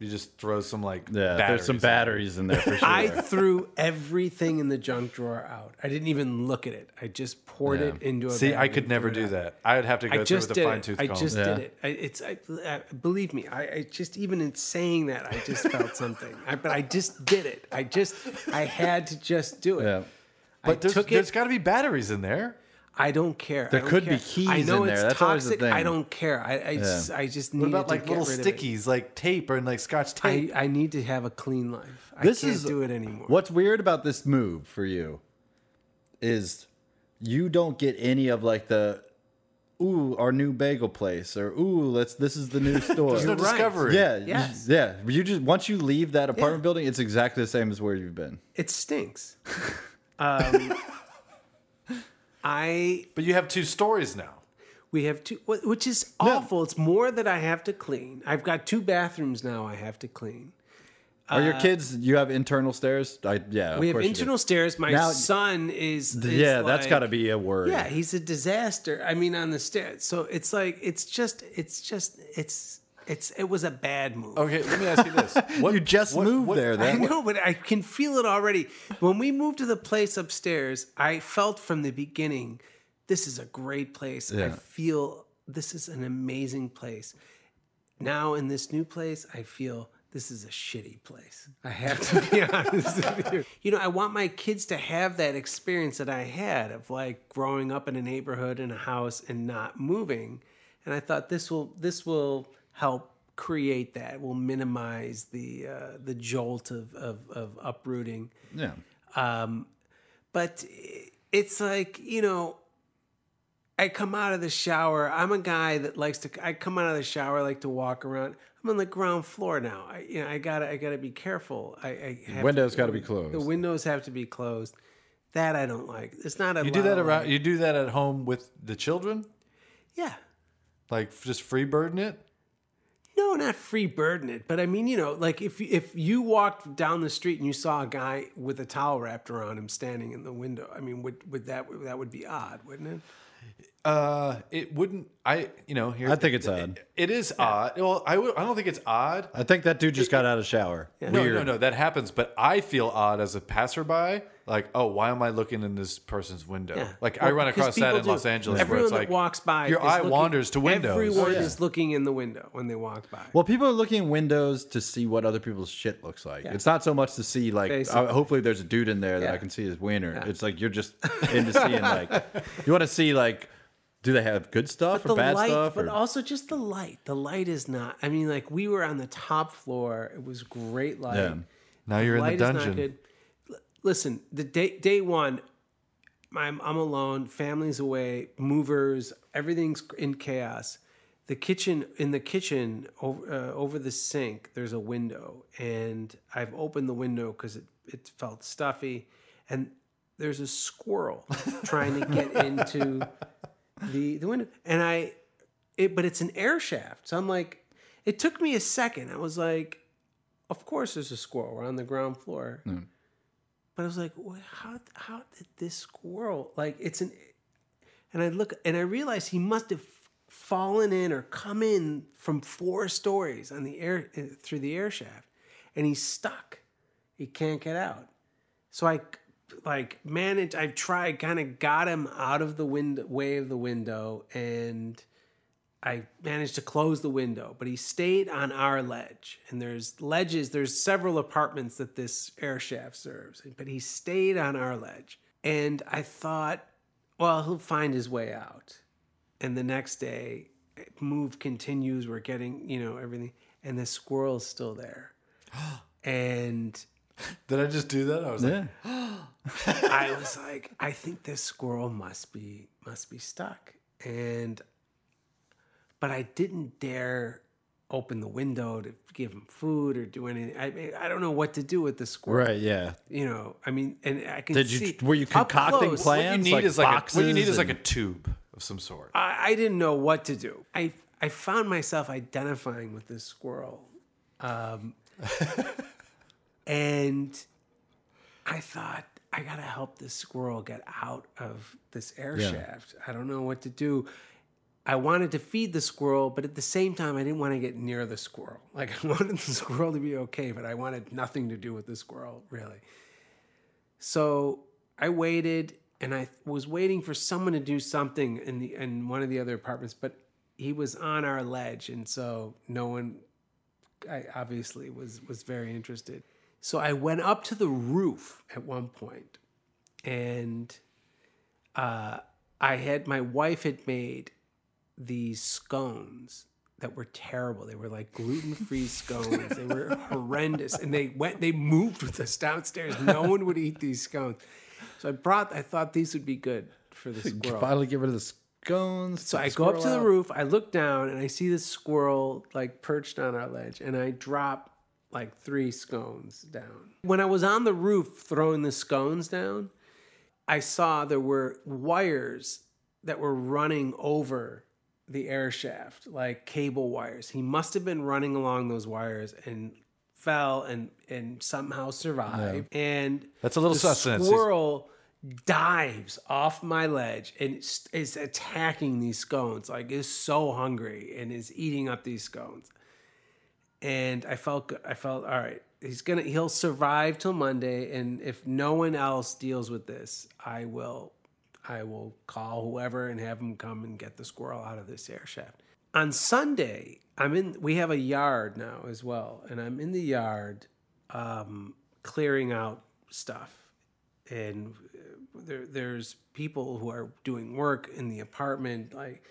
[SPEAKER 1] you just throw some like
[SPEAKER 2] Yeah, there's some
[SPEAKER 1] in there.
[SPEAKER 2] batteries in there for sure.
[SPEAKER 3] I threw everything in the junk drawer out. I didn't even look at it. I just poured it into a.
[SPEAKER 1] See,
[SPEAKER 3] bag
[SPEAKER 1] I
[SPEAKER 3] and
[SPEAKER 1] could never
[SPEAKER 3] threw it
[SPEAKER 1] do
[SPEAKER 3] out.
[SPEAKER 1] that. I would have to go
[SPEAKER 3] I
[SPEAKER 1] through
[SPEAKER 3] just
[SPEAKER 1] with
[SPEAKER 3] did
[SPEAKER 1] a fine
[SPEAKER 3] it.
[SPEAKER 1] tooth
[SPEAKER 3] I
[SPEAKER 1] comb.
[SPEAKER 3] just
[SPEAKER 2] Yeah.
[SPEAKER 3] did it. I, it's. I, I believe me. I, I just even in saying that, I just felt something. I, but I just did it. I just. I had to just do it.
[SPEAKER 2] yeah.
[SPEAKER 1] but there's,
[SPEAKER 3] took it-
[SPEAKER 1] there's got to be batteries in there.
[SPEAKER 3] I don't care.
[SPEAKER 2] There
[SPEAKER 3] I don't
[SPEAKER 2] could be
[SPEAKER 3] care.
[SPEAKER 2] keys
[SPEAKER 3] I know
[SPEAKER 2] in
[SPEAKER 3] it's
[SPEAKER 2] there. That's always the
[SPEAKER 3] toxic. I
[SPEAKER 2] thing.
[SPEAKER 3] don't care. I. I, just, I just need
[SPEAKER 1] What about like
[SPEAKER 3] to
[SPEAKER 1] little
[SPEAKER 3] get rid of it.
[SPEAKER 1] stickies, like tape or like scotch
[SPEAKER 3] I,
[SPEAKER 1] tape?
[SPEAKER 3] I need to have a clean life. I
[SPEAKER 2] This
[SPEAKER 3] can't
[SPEAKER 2] is
[SPEAKER 3] do it anymore.
[SPEAKER 2] What's weird about this move for you is you don't get any of like the ooh our new bagel place or ooh let's this is the new store.
[SPEAKER 1] there's no
[SPEAKER 3] right.
[SPEAKER 1] discovery.
[SPEAKER 2] yeah, you-
[SPEAKER 3] Yes.
[SPEAKER 2] yeah. You just once you leave that apartment building, it's exactly the same as where you've been.
[SPEAKER 3] It stinks. um, I
[SPEAKER 1] but you have two stories now.
[SPEAKER 3] we have two, wh- which is awful. It's more that I have to clean. I've got two bathrooms now. I have to clean.
[SPEAKER 2] Are your kids? You have internal stairs? I, yeah, of
[SPEAKER 3] Uh, We have
[SPEAKER 2] course you do.
[SPEAKER 3] internal stairs. My
[SPEAKER 2] Now-
[SPEAKER 3] son is, is
[SPEAKER 2] Yeah, that's
[SPEAKER 3] like-
[SPEAKER 2] got to be a word.
[SPEAKER 3] Yeah, he's a disaster. I mean, on the stairs. So it's like it's just it's just it's it's it was a bad move.
[SPEAKER 1] Okay, let me ask you this:
[SPEAKER 2] you just moved
[SPEAKER 1] what-
[SPEAKER 2] there. Then
[SPEAKER 3] I know, but I can feel it already. When we moved to the place upstairs, I felt from the beginning, this is a great place. I
[SPEAKER 2] Yeah.
[SPEAKER 3] feel this is an amazing place. Now in this new place, I feel this is a shitty place. I have to be honest with you. You know, I want my kids to have that experience that I had of like growing up in a neighborhood in a house and not moving. And I thought this will this will help create that. Will minimize the uh, the jolt of of, of uprooting.
[SPEAKER 2] yeah,
[SPEAKER 3] Um, But it's like you know. I come out of the shower. I'm a guy that likes to. I come out of the shower, I like to walk around. I'm on the ground floor now. I, you know, I gotta, I gotta be careful. I, I have to-
[SPEAKER 2] windows gotta be closed.
[SPEAKER 3] The windows have to be closed. That I don't like. It's not a.
[SPEAKER 1] you do that around. You do that at home with the children,
[SPEAKER 3] Yeah.
[SPEAKER 1] like just free birding it.
[SPEAKER 3] No, not free burden it, but I mean, you know, like if if you walked down the street and you saw a guy with a towel wrapped around him standing in the window, I mean, would would that that would be odd, wouldn't it?
[SPEAKER 1] Uh, it wouldn't. I you know here.
[SPEAKER 2] I think it's odd.
[SPEAKER 1] It is odd. Well, I would. I don't think it's odd.
[SPEAKER 2] I think that dude just got out of shower. Weird.
[SPEAKER 1] No, no, no. That happens, but I feel odd as a passerby. Like, oh, why am I looking in this person's window?
[SPEAKER 3] Yeah.
[SPEAKER 1] Like, I
[SPEAKER 3] Well,
[SPEAKER 1] run
[SPEAKER 3] because
[SPEAKER 1] across that
[SPEAKER 3] people
[SPEAKER 1] in
[SPEAKER 3] do.
[SPEAKER 1] Los Angeles
[SPEAKER 3] Everyone
[SPEAKER 1] where it's
[SPEAKER 3] that
[SPEAKER 1] like
[SPEAKER 3] walks by,
[SPEAKER 1] Your
[SPEAKER 3] is
[SPEAKER 1] eye
[SPEAKER 3] looking-
[SPEAKER 1] wanders to windows. Oh,
[SPEAKER 3] Everyone
[SPEAKER 2] yeah.
[SPEAKER 3] is looking in the window when they walk by.
[SPEAKER 2] Well, people are looking in windows to see what other people's shit looks like. It's not so much to see like
[SPEAKER 3] Basically.
[SPEAKER 2] uh, hopefully there's a dude in there that
[SPEAKER 3] Yeah.
[SPEAKER 2] I can see his wiener. It's like you're just into seeing like you want to see like do they have good stuff or
[SPEAKER 3] the
[SPEAKER 2] bad
[SPEAKER 3] light,
[SPEAKER 2] stuff?
[SPEAKER 3] but
[SPEAKER 2] or-
[SPEAKER 3] also just the light. The light is not. I mean, like we were on the top floor. It was great light.
[SPEAKER 2] Yeah.
[SPEAKER 1] now you're in the
[SPEAKER 3] Light is not
[SPEAKER 1] dungeon.
[SPEAKER 3] good. L- Listen, the day day one, I'm I'm alone. Family's away. Movers. Everything's in chaos. The kitchen in the kitchen over uh, over the sink. There's a window, and I've opened the window because it it felt stuffy, and there's a squirrel trying to get into the the window, and I it, but it's an air shaft. So I'm like, it took me a second. I was like, of course there's a squirrel. We're on the ground floor. But I was like, "Wha- how how did this squirrel like? It's an, and I look and I realized he must have fallen in or come in from four stories on the air eh, through the air shaft, and he's stuck. He can't get out. So I like managed. I tried, kind of got him out of the window, way of the window, and I managed to close the window, but he stayed on our ledge. And there's ledges, there's several apartments that this air shaft serves, but he stayed on our ledge. And I thought, well, he'll find his way out. And the next day, move continues. We're getting, you know, everything. And the squirrel's still there. and
[SPEAKER 1] Did I just do that? I was like,
[SPEAKER 2] yeah.
[SPEAKER 3] I was like, I think this squirrel must be must be stuck. And but I didn't dare open the window to give him food or do anything. I mean, I don't know what to do with the squirrel.
[SPEAKER 2] Right, yeah.
[SPEAKER 3] You know, I mean, and I can
[SPEAKER 2] Did you-
[SPEAKER 3] see-
[SPEAKER 2] were you
[SPEAKER 3] up
[SPEAKER 2] concocting
[SPEAKER 3] close,
[SPEAKER 2] plans?
[SPEAKER 1] what you
[SPEAKER 2] Hands,
[SPEAKER 1] need
[SPEAKER 2] like,
[SPEAKER 1] is like a, what you need
[SPEAKER 2] boxes
[SPEAKER 1] is like a
[SPEAKER 2] and-
[SPEAKER 1] tube of some sort.
[SPEAKER 3] I, I didn't know what to do. I I found myself identifying with this squirrel, um, and I thought I gotta help this squirrel get out of this air shaft. I don't know what to do. I wanted to feed the squirrel, but at the same time, I didn't want to get near the squirrel. Like I wanted the squirrel to be okay, but I wanted nothing to do with the squirrel really. So I waited and I was waiting for someone to do something in the in one of the other apartments, but he was on our ledge, and so no one I obviously was was very interested. So I went up to the roof at one point, and uh, I had my wife had made these scones that were terrible. They were like gluten free scones. They were horrendous, and they went. They moved with us downstairs. No one would eat these scones. So I brought. I thought these would be good for the squirrel.
[SPEAKER 2] Finally get rid of the scones.
[SPEAKER 3] So
[SPEAKER 2] get
[SPEAKER 3] I
[SPEAKER 2] the
[SPEAKER 3] go up to
[SPEAKER 2] squirrel
[SPEAKER 3] the
[SPEAKER 2] out.
[SPEAKER 3] roof, I look down, and I see this squirrel like perched on our ledge, and I drop like three scones down. When I was on the roof throwing the scones down, I saw there were wires that were running over the air shaft, like cable wires. He must have been running along those wires and fell and and somehow survived. And
[SPEAKER 1] That's a little
[SPEAKER 3] the
[SPEAKER 1] sustenance.
[SPEAKER 3] Squirrel dives off my ledge and is- is attacking these scones. Like is so hungry and is eating up these scones. And I felt good. I felt all right. He's gonna he'll survive till Monday. And if no one else deals with this, I will I will call whoever and have them come and get the squirrel out of this air shaft. On Sunday, I'm in. We have a yard now as well, and I'm in the yard um, clearing out stuff. And uh, there, there's people who are doing work in the apartment, like,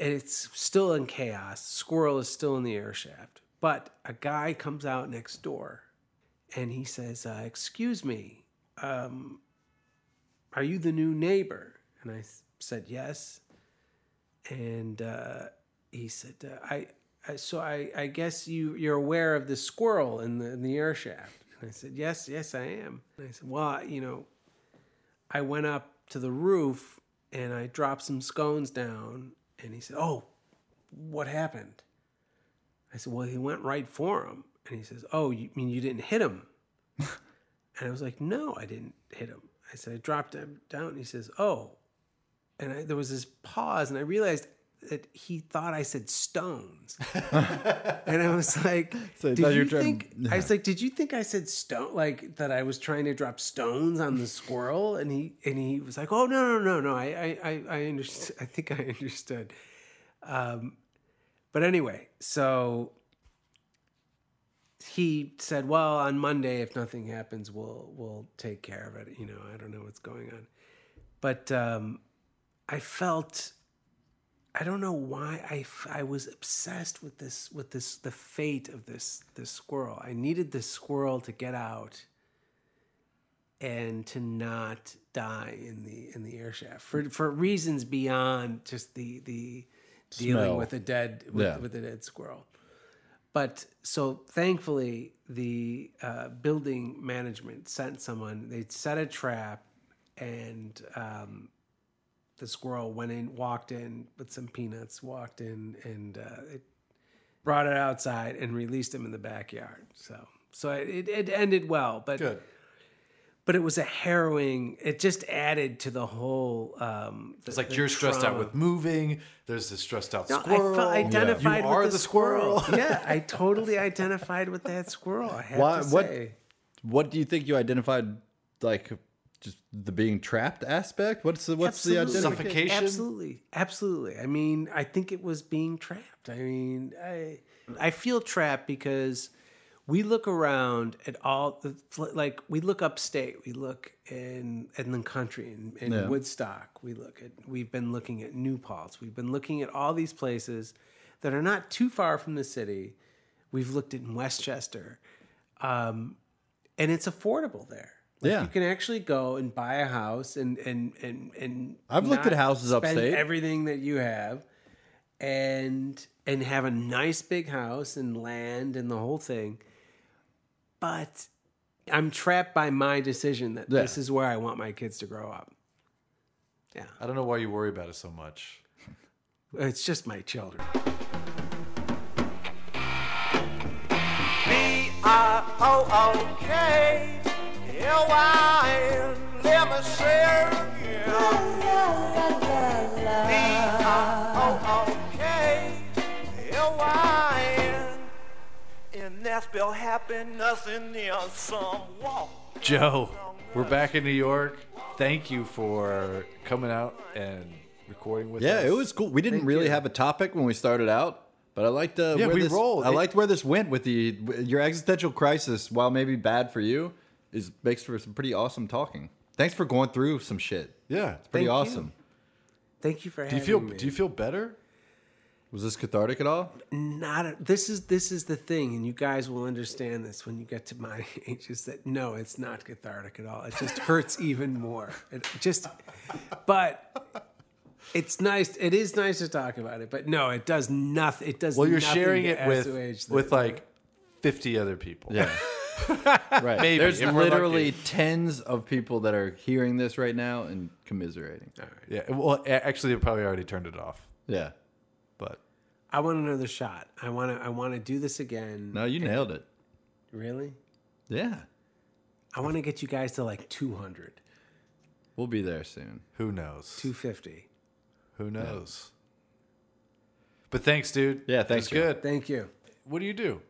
[SPEAKER 3] and it's still in chaos. Squirrel is still in the air shaft, but a guy comes out next door, and he says, uh, "Excuse me." Um, are you the new neighbor? And I s- said, yes. And uh, he said, uh, I, I, so I, I guess you, you're aware of the squirrel in the, in the air shaft. And I said, yes, yes, I am. And I said, well, you know, I went up to the roof and I dropped some scones down. And he said, oh, what happened? I said, well, he went right for him. And he says, oh, you mean you didn't hit him? And I was like, no, I didn't hit him. I said, I dropped him down. He says, oh, and I, there was this pause, and I realized that he thought I said stones, and I was like,
[SPEAKER 2] So he
[SPEAKER 3] "Did
[SPEAKER 2] thought
[SPEAKER 3] you,
[SPEAKER 2] you were trying-
[SPEAKER 3] think?" I was like, "Did you think I said stone? Like that I was trying to drop stones on the squirrel?" And he and he was like, "Oh no no no no! I I I, I understood. I think I understood." Um, but anyway, so he said, "Well, on Monday, if nothing happens, we'll we'll take care of it." You know, I don't know what's going on, but um, I felt I don't know why I, f- I was obsessed with this with this the fate of this this squirrel. I needed this squirrel to get out and to not die in the in the air shaft for for reasons beyond just the the dealing
[SPEAKER 2] Smell.
[SPEAKER 3] with a dead with,
[SPEAKER 2] Yeah.
[SPEAKER 3] with a dead squirrel. But so thankfully, the uh, building management sent someone. They set a trap, and um, the squirrel went in, walked in with some peanuts, walked in, and uh, it brought it outside and released him in the backyard. So, so it, it ended well, but
[SPEAKER 1] Good.
[SPEAKER 3] but it was a harrowing. It just added to the whole. Um,
[SPEAKER 1] It's like you're stressed out with moving. There's this stressed out squirrel.
[SPEAKER 3] I felt identified
[SPEAKER 1] You
[SPEAKER 3] with
[SPEAKER 1] are
[SPEAKER 3] the,
[SPEAKER 1] the
[SPEAKER 3] squirrel.
[SPEAKER 1] squirrel.
[SPEAKER 3] yeah, I totally identified with that squirrel. I have
[SPEAKER 2] Why-
[SPEAKER 3] to
[SPEAKER 2] what-
[SPEAKER 3] say.
[SPEAKER 2] What do you think you identified? Like just the being trapped aspect. What's the what's the
[SPEAKER 3] Absolutely.
[SPEAKER 2] identification?
[SPEAKER 1] Suffocation.
[SPEAKER 3] Absolutely, absolutely. I mean, I think it was being trapped. I mean, I I feel trapped because we look around at all the like we look upstate, we look in in the country, in, in
[SPEAKER 2] Yeah.
[SPEAKER 3] Woodstock, we look at. We've been looking at New Paltz. We've been looking at all these places that are not too far from the city. We've looked at Westchester, um, and it's affordable there. Like,
[SPEAKER 2] Yeah.
[SPEAKER 3] you can actually go and buy a house and and and and
[SPEAKER 2] I've looked
[SPEAKER 3] not
[SPEAKER 2] at houses
[SPEAKER 3] spend
[SPEAKER 2] upstate.
[SPEAKER 3] Everything that you have, and and have a nice big house and land and the whole thing. But I'm trapped by my decision that
[SPEAKER 2] Yeah.
[SPEAKER 3] this is where I want my kids to grow up. Yeah,
[SPEAKER 1] I don't know why you worry about it so much.
[SPEAKER 3] it's just my children.
[SPEAKER 8] And that's spell happiness in there some walk.
[SPEAKER 1] Joe, we're back in New York. Thank you for coming out and recording with us.
[SPEAKER 2] Yeah, it was cool. We didn't really have a topic when we started out, but I liked uh,
[SPEAKER 1] Yeah,
[SPEAKER 2] where
[SPEAKER 1] we
[SPEAKER 2] this,
[SPEAKER 1] rolled.
[SPEAKER 2] I
[SPEAKER 1] It-
[SPEAKER 2] liked where this went with the your existential crisis. While maybe bad for you, is makes for some pretty awesome talking. Thanks for going through some shit.
[SPEAKER 1] Yeah.
[SPEAKER 2] It's pretty
[SPEAKER 3] Thank you.
[SPEAKER 2] awesome.
[SPEAKER 3] Thank you for
[SPEAKER 1] Do
[SPEAKER 3] having
[SPEAKER 1] you feel
[SPEAKER 3] me.
[SPEAKER 1] do you feel better?
[SPEAKER 2] Was this cathartic at all?
[SPEAKER 3] not a, this is this is the thing and you guys will understand this when you get to my age is that no it's not cathartic at all it just hurts even more it just but it's nice it is nice to talk about it but no it does nothing it does
[SPEAKER 1] Well, you're
[SPEAKER 3] nothing
[SPEAKER 1] sharing
[SPEAKER 3] to
[SPEAKER 1] it with
[SPEAKER 3] assuage the-
[SPEAKER 1] with like 50 other people.
[SPEAKER 2] Yeah. right.
[SPEAKER 1] Maybe,
[SPEAKER 2] There's
[SPEAKER 1] if we're
[SPEAKER 2] literally
[SPEAKER 1] lucky.
[SPEAKER 2] tens of people that are hearing this right now and commiserating.
[SPEAKER 1] Yeah. Well, a- actually, they probably already turned it off.
[SPEAKER 2] Yeah.
[SPEAKER 1] But
[SPEAKER 3] i want another shot i want to i want to do this again
[SPEAKER 2] No, you nailed it.
[SPEAKER 3] really
[SPEAKER 2] Yeah.
[SPEAKER 3] i want to get you guys to like 200
[SPEAKER 2] We'll be there soon.
[SPEAKER 1] who knows?
[SPEAKER 3] 250
[SPEAKER 1] Who knows? But thanks, dude.
[SPEAKER 2] Yeah,
[SPEAKER 1] It
[SPEAKER 2] thanks,
[SPEAKER 1] was
[SPEAKER 2] Joe.
[SPEAKER 1] Good.
[SPEAKER 3] thank you
[SPEAKER 1] What do you do?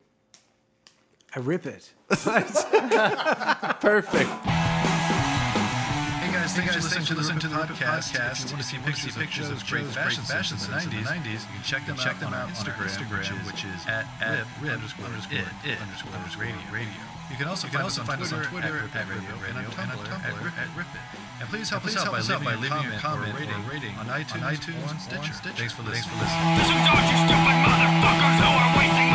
[SPEAKER 3] i rip it
[SPEAKER 1] Perfect.
[SPEAKER 9] Hey guys, thanks for listening to the Listen to the podcast. If you want to see pictures, pictures of great fashion fashions in the 90s, you can check them out on our Instagram, which is at at rib underscore it it underscore radio radio. You can also find us on Twitter at rib radio and on Tumblr at rip at rip it. And please help us out by leaving a comment or rating on iTunes or on Stitcher. Thanks for listening.
[SPEAKER 8] Listen, don't you stupid motherfuckers who are wasting